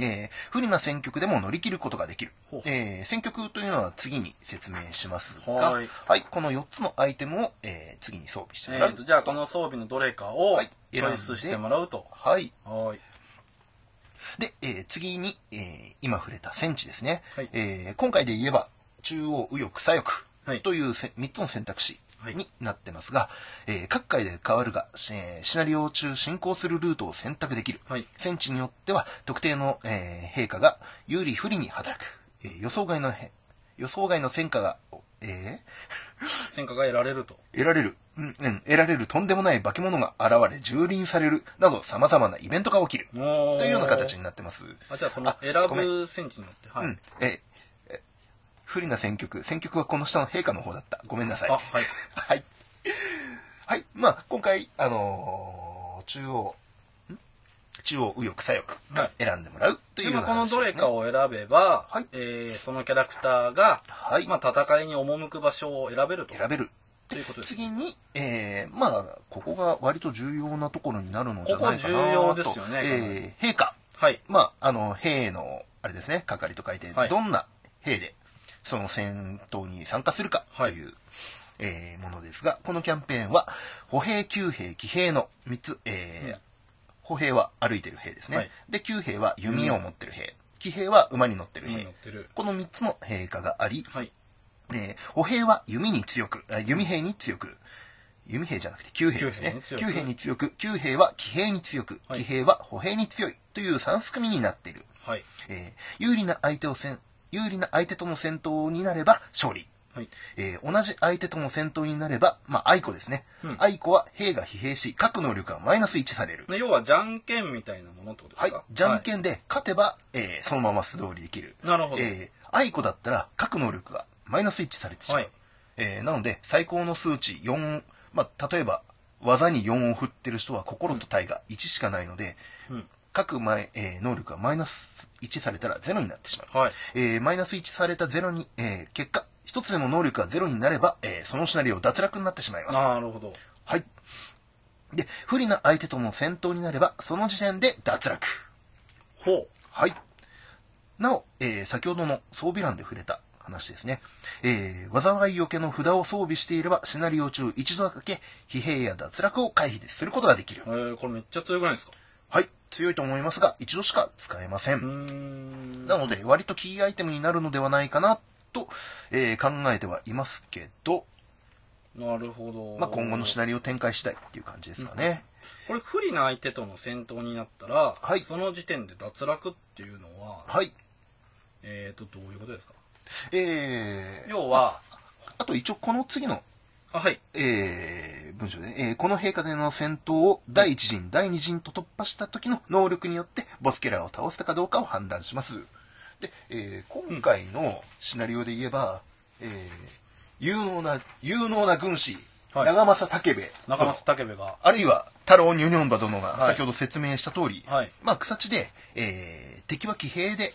S1: えー不利な選曲でも乗り切ることができる
S2: ほう。
S1: えー選曲というのは次に説明しますが、
S2: は
S1: はいい,、この4つのアイテムを、えー次に装備して
S2: え
S1: もらう。
S2: ーとじゃあこの装備のどれかを
S1: はい
S2: チョイスしてもらうと
S1: はい。
S2: はい
S1: で、えー次に、えー今触れた戦地ですね。
S2: はい
S1: えー今回で言えば、中央、右翼、左
S2: はい
S1: 翼というせ、3つの選択肢
S2: はい
S1: になってますが、えー各回で変わるが、しえーシナリオ中進行するルートを選択できる。
S2: はい
S1: 戦地によっては、特定の、えー陛下が有利不利に働く。えー予想外のへ、予想外の戦果が、えー
S2: 戦果が得られると
S1: 得られる、うん、うん、得られるとんでもない化け物が現れ、蹂躙される、など様々なイベントが起きる。
S2: と
S1: という
S2: い
S1: ような形になってます。
S2: あじゃあその
S1: あ
S2: 選
S1: ごめん
S2: ぶ戦地によっては
S1: う
S2: い
S1: ん。え、え不利な選曲。選曲はこの下の陛下の方だった。ごめんなさい。
S2: あはい
S1: はい。はい。まあ、今回、あのー中央、ん中央右翼左翼が選んでもらうという
S2: で
S1: よう
S2: も
S1: な
S2: この
S1: 話です
S2: ど
S1: ね
S2: れかを選べば、
S1: はい
S2: えーそのキャラクターが、
S1: はい、
S2: まあ、戦いに赴く場所を選べると
S1: 選べる
S2: ということです。
S1: 次に、えー、まあ、ここが割と重要なところになるのじゃないかなと。
S2: ここ重要ですよね
S1: えー、陛下。
S2: はい。
S1: まあ、あの、兵の、あれですね、係と書いて、
S2: はい
S1: どんな兵で、その戦闘に参加するかと
S2: はい
S1: いう、えーものですが、このキャンペーンは、歩兵、旧兵、騎兵の3つ、えー
S2: うん
S1: 歩兵は歩いてる兵ですね。
S2: はい
S1: で、旧兵は弓を持ってる兵。騎兵は馬に乗ってる
S2: 今
S1: 兵。
S2: 乗ってる。
S1: この3つの兵科があり、
S2: はい。
S1: えー歩兵は弓に強く、あ弓兵に強く、弓兵じゃなくて弓兵ですね。
S2: 弓
S1: 弓
S2: 兵
S1: 兵
S2: に
S1: に強く、弓兵は騎兵に強く、
S2: はい
S1: 騎兵は歩兵に強いという3すくみになっている。
S2: はい。
S1: えー有利な相手を戦、有利な相手との戦闘になれば勝利。
S2: はい。
S1: えー同じ相手との戦闘になれば、まあ、愛子ですね。
S2: うん
S1: 愛子は兵が疲弊し、各能力がマイナス1される。
S2: で要は、じゃんけんみたいなものってことで
S1: は
S2: す
S1: い
S2: か。
S1: じゃんけんで勝てば、えーそのまま素通りできる。
S2: はいなるほど。
S1: えー、愛子だったら各能力がマイナス1されてしまう。
S2: はい
S1: えーなので、最高の数値4、まあ、例えば、技に4を振ってる人は心と体が1しかないので、
S2: うん。
S1: 各前、えー能力がマイナス1されたら0になってしまう。
S2: はい。
S1: えーマイナス1された0に、えー結果、一つでも能力が0になれば、えーそのシナリオ脱落になってしまいます。
S2: なるほど。
S1: はい。で、不利な相手との戦闘になれば、その時点で脱落。
S2: ほ
S1: はい。なお、えー先ほどの装備欄で触れた話ですね。えー、災いよけの札を装備していれば、シナリオ中一度だけ、疲弊や脱落を回避することができる
S2: う。。えー、これめっちゃ強くないですか
S1: はい。強いと思いますが、一度しか使えませ
S2: うー
S1: ん。
S2: ん。
S1: なので、割とキーアイテムになるのではないかな、と、えー考えてはいますけど、
S2: なるほど。
S1: まあ、今後のシナリオ展開次第っていう感じですかね。
S2: これ不利な相手との戦闘になったら、
S1: はい
S2: その時点で脱落っていうのは、
S1: はい。
S2: えーと、どういうことですか
S1: えー、
S2: 要は、
S1: あと一応この次の
S2: あ、はい。
S1: えー文章でね、えーこの陛下での戦闘を第一陣、第二陣と突破した時の能力によって、ボスキャラを倒したかどうかを判断します。で、えー今回のシナリオで言えば、えー有能な、有能な軍師、
S2: はい
S1: 長政武部、
S2: 中松武部が、
S1: あるいは太郎ニョニョンバ殿が
S2: はい
S1: 先ほど説明した通り、
S2: はい
S1: まあ草地で、えー敵は騎兵で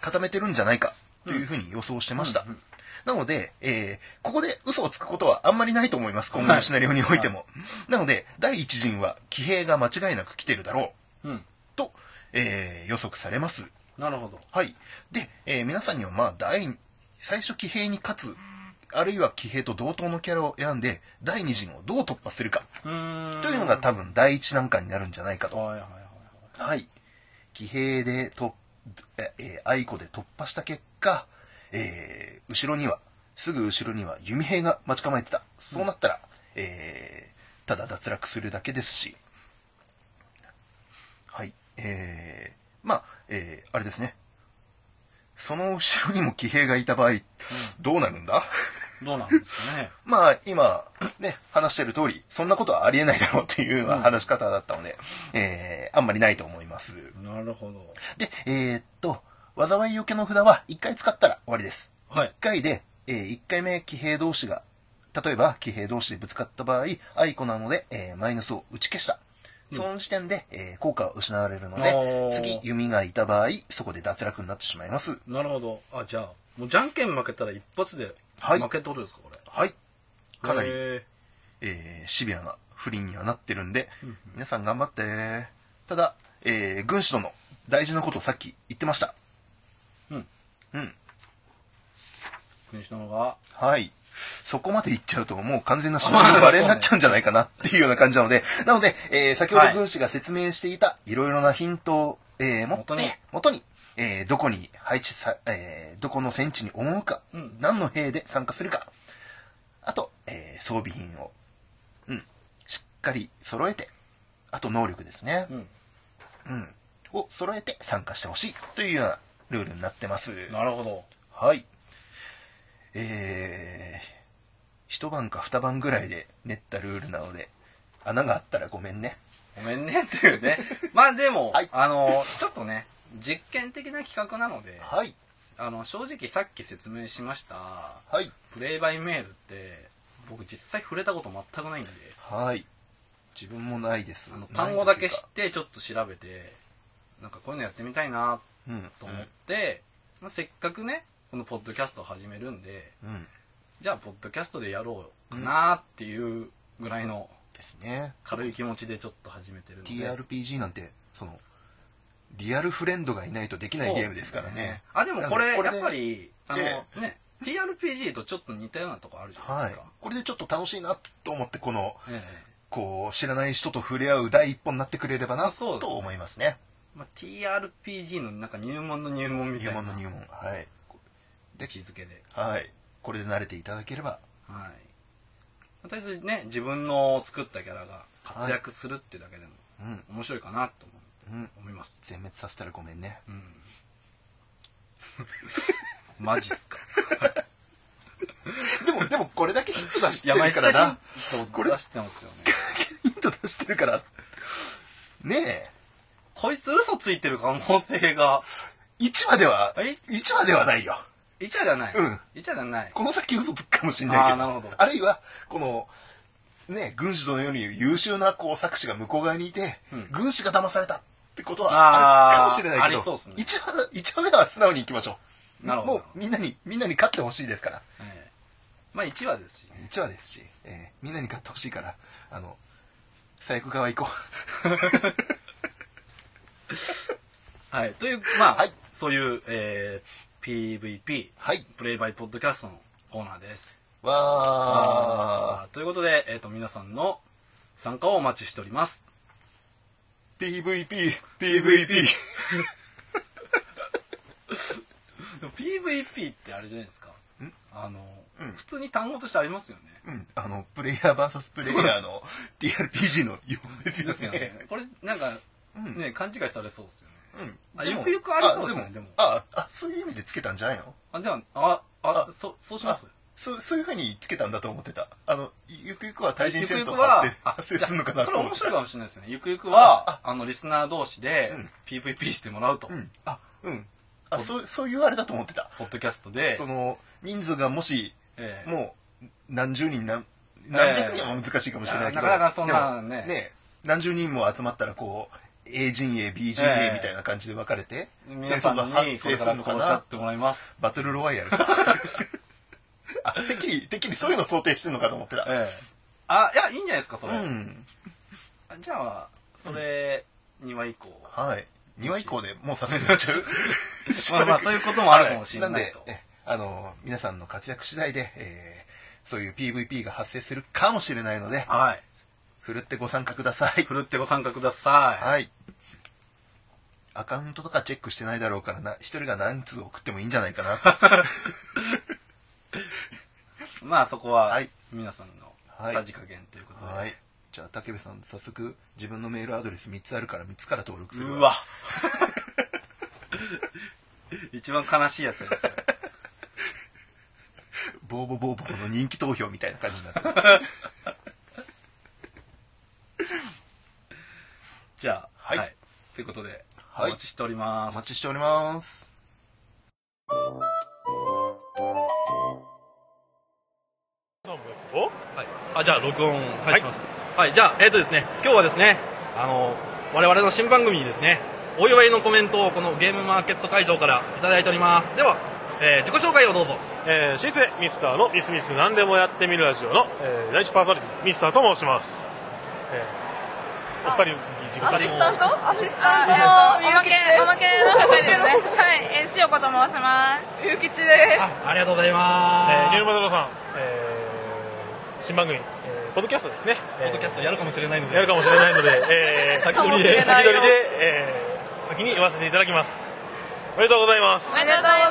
S1: 固めてるんじゃないかというふうに予想してました。
S2: うんうん
S1: なので、えーここで嘘をつくことはあんまりないと思います。今後のシナリオにおいても。なので、第一陣は騎兵が間違いなく来てるだろ
S2: うん。
S1: うと、えー予測されます。
S2: なるほど。
S1: はい。で、えー皆さんにはまあ、第二、最初騎兵に勝つ、あるいは騎兵と同等のキャラを選んで、第二陣をどう突破するか
S2: うーん。
S1: というのが多分第一難関になるんじゃないかと。
S2: はいはいはいはい。
S1: はい。騎兵でと、ええー、愛子で突破した結果、えー、後ろには、すぐ後ろには弓兵が待ち構えてた。そうなったら、えー、ただ脱落するだけですし、はい。えー、まあ、えー、あれですね。その後ろにも騎兵がいた場合、どうなるんだ
S2: どうなんですかね。
S1: まあ、今、ね、話してる通り、そんなことはありえないだろうっていうような話し方だったので、えー、あんまりないと思います。
S2: なるほど。
S1: で、えーっと、災いよけの札は1回使ったら終わりです。
S2: はい
S1: 1。回で、え1回目騎兵同士が、例えば騎兵同士でぶつかった場合、アイコなので、えーマイナスを打ち消した。その時点で、えー効果は失われるの
S2: あ
S1: で
S2: ー、
S1: 次弓がいた場合、そこで脱落になってしまいます。
S2: なるほど。あ、じゃあ、もうじゃんけん負けたら一発で
S1: はい
S2: 負けってことですか、これ。
S1: はい。かなり、
S2: え
S1: えーシビアな不倫にはなってるんで、皆さん頑張って。ただ、えー軍師殿、大事なことをさっき言ってました。
S2: うん。
S1: うん。
S2: ー、国下のが、
S1: はい。そこまで行っちゃうと、もう完全なシナリオバレになっちゃうんじゃないかなっていうような感じなので、なので、えー先ほど軍師が説明していた、いろいろなヒントを、えー持って
S2: 元に、
S1: 元に、えーどこに配置さ、えーどこの戦地に赴くか、
S2: うん
S1: 何の兵で参加するか、あと、えー装備品を、うん、しっかり揃えて、あと能力ですね
S2: う、ん。
S1: うん、を揃えて参加してほしいというようなルールになってます。
S2: なるほど。
S1: はい。えー、一晩か二晩ぐらいで練ったルールなので、穴があったらごめんね。
S2: ごめんねっていう ね。まあでも、
S1: はい
S2: あの、ちょっとね、実験的な企画なので、
S1: はい、
S2: あの、正直さっき説明しました、
S1: はい、
S2: プレイバイメールって、僕実際触れたこと全くないんで、
S1: はい。自分もないです
S2: あの
S1: ない
S2: 単語だけ
S1: という
S2: 知
S1: か
S2: ってちょっと調べてなんかこういうのやってみたいな
S1: うん
S2: と思って、まあ、せっかくねこのポッドキャストを始めるんで
S1: うん
S2: じゃあポッドキャストでやろうかなっていうぐらいの
S1: ですね
S2: 軽い気持ちでちょっと始めてるんで
S1: TRPG なんてそのリアルフレンドがいないとできないゲームですからね
S2: あでもこれ
S1: な
S2: や
S1: んでこれで
S2: っぱりあの
S1: え
S2: ね TRPG とちょっと似たようなとこあるじゃない
S1: は
S2: で
S1: い
S2: すか、
S1: これでちょっと楽しいなと思ってこの
S2: ええ
S1: こう知らない人と触れ合う第一歩になってくれればな
S2: あそうです
S1: と思いますね
S2: まあ、TRPG のなんか入門の入門みた
S1: 入
S2: いな
S1: 門の入門はい
S2: 位置づけで、
S1: はいこれで慣れていただければ
S2: はい、とりあえずね自分の作ったキャラが活躍するってだけでも
S1: うん
S2: 面白いかなと思う
S1: うん
S2: 思います、
S1: 全滅させたらごめんね
S2: うんマジっすか
S1: でもでもこれだけヒント出して
S2: やばい
S1: る
S2: か
S1: からら
S2: な
S1: な
S2: そう
S1: これ
S2: 出してますよね
S1: ヒント出してるからね
S2: こいつ嘘ついてる可能性が
S1: え1話では
S2: え
S1: 1話ではないよ
S2: イチャじゃない、
S1: うん
S2: イチャじゃない
S1: この先嘘つくかもしんないけど。
S2: あーなるほど
S1: あるいは、この、ね、軍師のように優秀なこう作詞が向こう側にいて、
S2: うん
S1: 軍師が騙されたってこと
S2: あ
S1: はあ
S2: ー
S1: るかもしれないけ
S2: ありそう
S1: ど
S2: っすね、
S1: 一話、一話目は素直に行きましょう。
S2: なるほど
S1: もうみんなに、みんなに勝ってほしいですから。
S2: ええまあ1話ですしね
S1: 一話ですし、えーみんなに勝ってほしいから、あの、最悪側行こ
S2: はいというまあ、
S1: はい
S2: そういう、えー PVP
S1: う。はい。
S2: プレイバイポッドキャストのコーナーです
S1: わ
S2: あーということで、えー、と皆さんの参加をお待ちしております
S1: ー。PVP、PVP。
S2: でも PVP ってあれじゃないですかあの、
S1: うん
S2: 普通に単語としてありますよね
S1: うん、あの、プレイヤー VS プレイヤーの TRPG の用語ですよ
S2: で
S1: ね。
S2: すよねこれなんか
S1: うん
S2: ね、勘違いされそうですよね
S1: うん
S2: あ
S1: でも
S2: ゆくゆくありそうですね
S1: あ
S2: でも
S1: あ、あ、そういう意味でつけたんじゃないの
S2: あではああ
S1: あ
S2: そそうします
S1: あそうそういうふうにつけたんだと思ってた。あの、ゆくゆくは対人
S2: ゆくゆ
S1: 戦
S2: く
S1: と
S2: は
S1: 発、生
S2: あ
S1: 発生するのかな
S2: そ
S1: と
S2: れ
S1: 思っ
S2: 面
S1: て
S2: 白い
S1: た。
S2: かもしれないですね。ゆくゆくは、あ
S1: あ
S2: の、リスナー同士で
S1: うん、
S2: PVP してもらうと。
S1: うん。あ、うん。あ、そう、そういうあれだと思ってた。
S2: ポッドキャストで
S1: そ、の、人数がもし、
S2: ええ
S1: もう、何十人、何、何百人は難しいかもしれないけど。
S2: いやなかなかそんな
S1: でも
S2: ね
S1: ね。何十人も集まったら、こう、A 陣営、B 陣
S2: ええ
S1: 営みたいな感じで分かれて、
S2: 皆さ
S1: それ
S2: んに
S1: が発
S2: これ
S1: 生
S2: か
S1: す
S2: ら
S1: るの
S2: こ
S1: か
S2: うおっしゃ
S1: な
S2: ってもらいます。
S1: バトルロワイヤルか。 あ、てっきり、てっきりそういうの想定してんのかと思ってた。
S2: ええあ、いや、いいんじゃないですか、そうれ。
S1: ん。
S2: あじゃあ、それ、2話以降。
S1: はい。2話以降でもうさせになっちゃう。し
S2: まあ
S1: ばら
S2: まあ、
S1: く
S2: そういう こともあるかもしれないと
S1: は。なんで、えあの、皆さんの活躍次第で、えーそういう PVP が発生するかもしれないので、
S2: はい。
S1: ふるってご参加ください
S2: ふ。るってご参加くださ
S1: はい。アカウントとかチェックしてないだろうからな、一人が何通送ってもいいんじゃないかな。
S2: い。まあ、そこ
S1: は、
S2: はい皆さんの
S1: はい
S2: さじ加減ということ
S1: は
S2: で。
S1: い。じゃあ、竹部さん、早速、自分のメールアドレス3つあるから3つから登録する
S2: うわ。 一番悲しいやつです。
S1: ボーボボーボーの人気投票みたいな感じになってる。
S2: じゃあ、は。
S1: はいい
S2: ということで、
S1: はい
S2: お待ちしておりま
S1: お
S2: す。
S1: 待ちしております。
S4: はい、
S2: あ、じゃあ、録音開始します。はい、じゃあ、えっ、とですね、今日はですね、あの、我々の新番組にですね、お祝いのコメントをこのゲームマーケット会場からいただいております。では、えー自己紹介をどうぞ。
S4: えーシスミスターのミスミス何でもやってみるラジオの、えー第一パーソナリティミスターと申します、えーお二人自己
S5: アシスタントアシスタント
S6: あ、
S5: の
S6: えっと、おまけ、おまけの方ですね。はい、えー、しおこと申します。
S5: ゆうきちで
S2: ありがとうござい
S4: えーニュー
S2: ま
S4: マドロさん、えー新番組、えーポッドキャストですね、
S2: す。ポッドキャストやるかもしれないの
S4: や
S2: で、
S4: るかもしれないので、えー
S2: 先取り
S4: 先
S2: で
S4: 取りで、えー先に言わせていただきますおめでとうございます
S6: ありがとうござい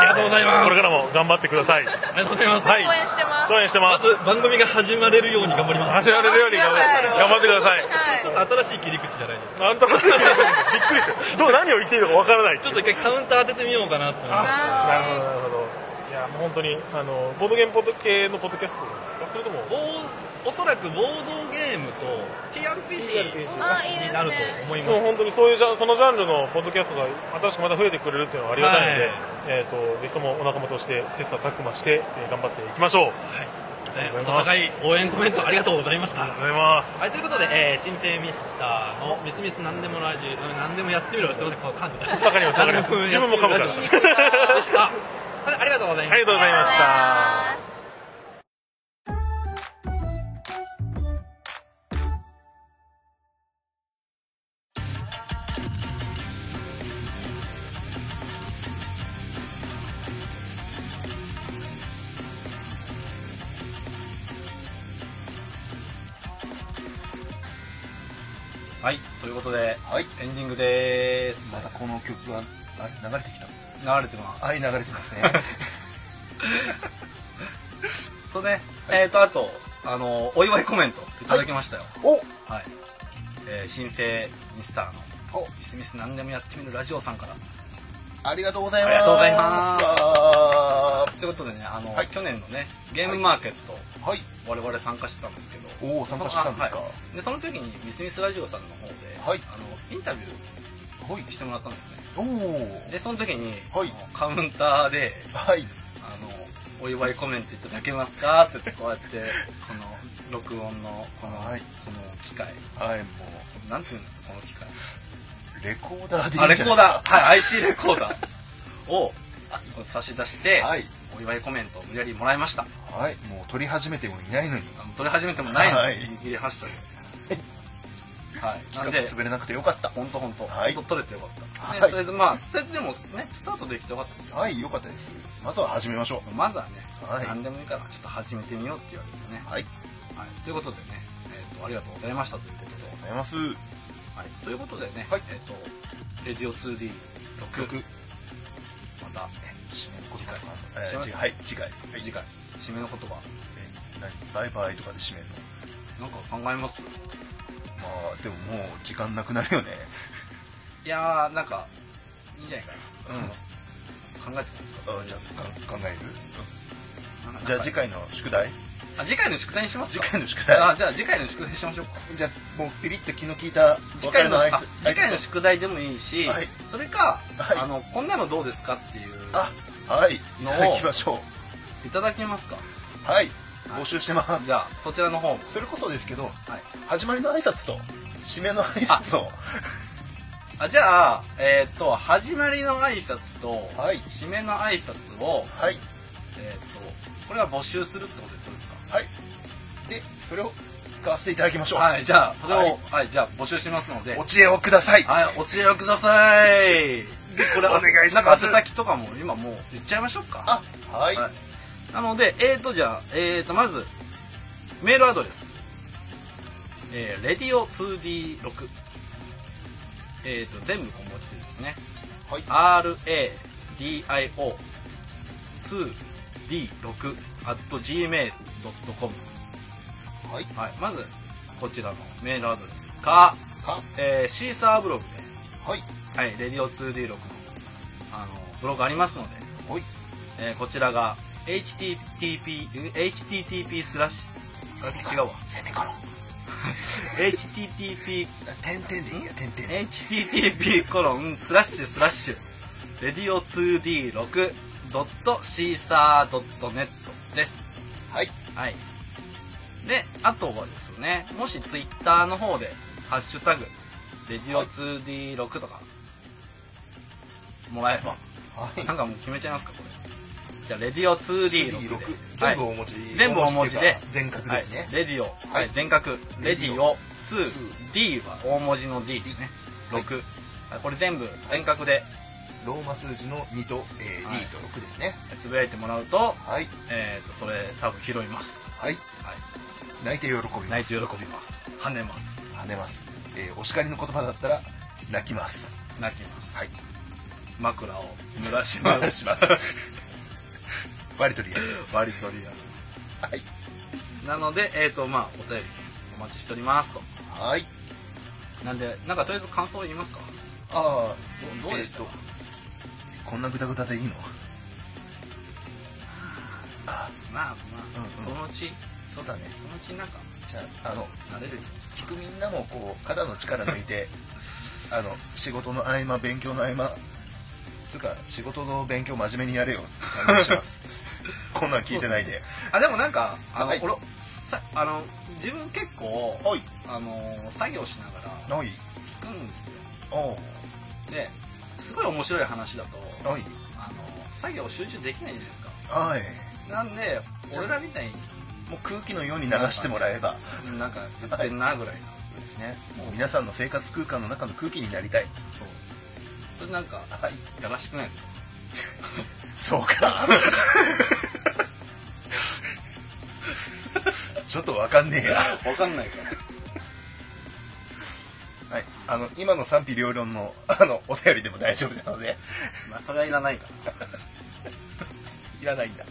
S2: ありがとうございます
S4: これからも頑張ってください
S2: ありがとうございます。
S4: はい
S6: 応援してます。
S4: 応援して
S2: ま
S4: ま
S2: ず
S4: す、
S2: 番組が始まれるように頑張ります。
S4: 走られるように頑張頑張ってください
S6: はい
S2: ちょっと新しい切り口じゃないですか。
S4: あんたらしいびっくりしたどう何を言っていいのかわからない
S2: ちょっと一回カウンター当ててみようかなって思いました。
S4: なるほどなるほどいやもう本当にあのボードゲームポッド系のポッドキャストですかそれとも
S2: ボーおそらくボードゲームと TRPG
S6: あいいですね
S2: になると思いま
S4: もう
S2: す。
S4: 本当にそういうジャンそのジャンルのポッドキャストが新しくまた増えてくれるっていうのはありがたいので、
S2: はい
S4: えー、とぜひともお仲間として切磋琢磨して、えー頑張っていきましょう、
S2: え
S4: ありがとう
S2: お
S4: ございます
S2: 互い応援コメントありがとうございました
S4: ありがとうございます。
S2: はい、ということで、えー、新生ミスターのミスミス何でもラジオ、うん何でもやってみろ、すみません、こう噛んじゃった。
S4: わかりますわかり ます
S2: 何でもやってみろラジオ
S4: 自
S3: 分も噛むから
S2: でした。はいありがとうございました。
S4: ありがとうございました。
S2: はい、ということで、
S1: はい
S2: エンディングでーす。
S1: またこの曲があれ流れてきた
S2: 流れてます。
S1: はい流れて ますね
S2: とね、えっ、と、あと、あの、お祝いコメントいただきましたよ。
S1: お
S2: はい。えー新生ミスターの
S1: お
S2: ミスミス何でもやってみるラジオさんから。
S1: ありがとうございます
S2: ありがとうございます
S1: わ
S2: ということでね、あの、
S1: はい
S2: 去年のね、ゲームマーケット、
S1: ーはい
S2: 我々参加してたんですけど、
S1: おお参加してたんですか
S2: そのあはいでその時にミスミスラジオさんの方で、
S1: はい
S2: あのインタビュ
S1: ほい
S2: ーしてもらったんですね
S1: おお
S2: でその時に、
S1: はい
S2: あのカウンターで
S1: はい
S2: あの「お祝いコメントいただけますか?」って言ってこ うやってこの録音のこの,、
S1: はい
S2: この機械
S1: はいも
S2: なんていうんですかこの機械
S1: うレコーダーでいい
S2: あ
S1: ん
S2: レ
S1: じ
S2: コ
S1: ゃない
S2: ーダーはい IC レコーダ ーを差し出して、
S1: はい
S2: お祝いコメントを無理やりもらいました
S1: はいもう撮り始めてもいないのに
S2: あの撮り始めてもないの
S1: はい
S2: にギリギリ発車で はいなん
S1: 企
S2: で
S1: 画潰れなくてよかった
S2: 本当本当、
S1: はい
S2: 本当取れてよかった、ね
S1: はい
S2: とりあえずまあとりあえずでもねスタートできてよかったですよ
S1: はいよかったですまずは始めましょ
S2: まずはね、
S1: はい
S2: 何でもいいからちょっと始めてみようって言われてね
S1: う、はい
S2: はい、ということでね、えー、とありがとうございましたということで、
S1: ありがとうございます
S2: はい、ということでね、
S1: はい
S2: えっ、と「レディオ 2D6」
S1: 曲
S2: また
S1: 締めの言葉かなえー
S2: 次回
S1: 違うはい次回
S2: 次回締めの言葉
S1: えー何バイバイとかで締めるの
S2: なんか考えます
S1: まあでももう時間なくなるよね
S2: いやーなんかいいんじゃないかな、
S1: うん
S2: 考えてくださいですか
S1: あじゃあか考える
S2: なんか
S1: じゃあ次回の宿題
S2: あ次回の宿題にします
S1: 次
S2: か
S1: 回の宿題
S2: あじゃあ次回の宿題にしましょうか
S1: じゃあもうピリッと気の利いた
S2: 次回の
S1: お別れ
S2: あ
S1: 挨拶
S2: 次回の宿題でもいいし、
S1: はい
S2: それか、
S1: はい
S2: あのこんなのどうですかっていう
S1: あはいい
S2: の
S1: ただきましょ
S2: いただけますか
S1: うはい募集してます
S2: じゃあそちらの方も
S1: それこそですけど
S2: はい
S1: 始まりの挨拶と締めの挨拶を
S2: あじゃあえーっと始まりの挨拶と
S1: はい
S2: 締めの挨拶を
S1: はい
S2: えーっとこれは募集するってことでどうですか
S1: はいでそれを使わせていただきましょう、
S2: はいじゃあそれを
S1: は
S2: はいい、じゃあ募集しますので
S1: お知恵をください
S2: はいお知恵をくださいでこれ
S1: お願いします
S2: なんか宛先とかも今もう言っちゃいましょうか
S1: あはい
S2: はいなので、えーと、じゃあ、えーと、まず、メールアドレス。えー、radio2d6。えーと、全部小文字でですね。
S1: はい
S2: radio2d6 at gmail.com。
S1: はい
S2: はい。まず、こちらのメールアドレスか、
S1: か
S2: えーシーサーブログ
S1: はい
S2: で、はい、radio2d6 の、あの、ブログありますので、
S1: はい
S2: えーこちらが http, http スラッシュ違うわ
S1: セミコロン
S2: http
S1: 点々でいいや点々
S2: http コロンスラッシュスラッシュ radio2d6.caesar.net です
S1: はい
S2: はいであとはですねもしツイッターの方で「ハッシュタグ radio2d6」とかもらえば、
S1: はい
S2: なんかもう決めちゃいますかこれじゃあ「レディオ 2D6 で」
S1: 全部大文字、
S2: 全部大文字で
S1: 全角ですね、
S2: はい、レディオ、
S1: は
S2: はいい、全角レディオ 2D は大文字の D ですね
S1: D
S2: 6、はいこれ全部全角で
S1: ローマ数字の2と、えー
S2: はい
S1: D と6ですね
S2: つぶやいてもらうと,、
S1: はい
S2: えー、とそれ多分拾います、
S1: はい
S2: は
S1: 泣いて喜び
S2: い、
S1: ます
S2: 泣いて喜びます跳ねます
S1: 跳ねます、えーお叱りの言葉だったら泣きます
S2: 泣きます、
S1: はい
S2: 枕を濡らしま
S1: 話
S2: す
S1: します割とリアル
S2: 割とリア
S1: はい
S2: ルなのでえっ、とまあお便りお待ちしておりますと
S1: はい
S2: なんでなんかとりあえず感想言いますか
S1: ああ
S2: どどうでした
S1: えーっとこんなグダグダでいいのあ
S2: まあま
S1: うん
S2: あ、
S1: うん
S2: そのうち
S1: そうだね
S2: そのうちなんか
S1: じゃああの
S2: 慣れるんです
S1: 聞くみんなもこう肩の力抜い てあの仕事の合間勉強 の合間つうか仕事の勉強真面目にやれよって感じしますここんなん聞いてないで。
S2: あでもなんかあの、
S1: はい
S2: 俺さあの自分結構
S1: はい。
S2: あの作業しながら
S1: はい。
S2: 聞くんですよ
S1: お
S2: ですごい面白い話だと
S1: うはい。
S2: あの作業集中できないじゃないですか
S1: はい。
S2: なんで俺らみたいに
S1: もう空気のように流してもらえば、
S2: なんかやってんなぐらいな
S1: そうですね。もう皆さんの生活空間の中の空気になりたい。
S2: そうそれなんか
S1: はい。
S2: やらしくないですか
S1: そうか。ちょっとわかんねえや。
S2: わかんないから
S1: はい。あの、今の賛否両論の、あの、お便りでも大丈夫なので、
S2: まあそれはいらないから
S1: いらないんだ。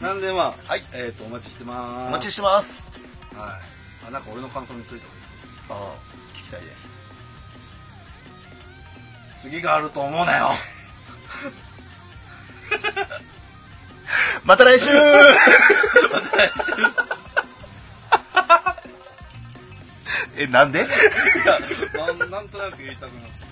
S2: なんでまあ、
S1: はい
S2: えっ、とお待ちしてまーす
S1: お待ちしてます。
S2: ちはいあなんか俺の感想についた方がいいですよ
S1: あー聞きたいです。
S2: 次があると思 うなよ
S1: また来週 え、なんで
S2: いやなんなんとなく言いたくなって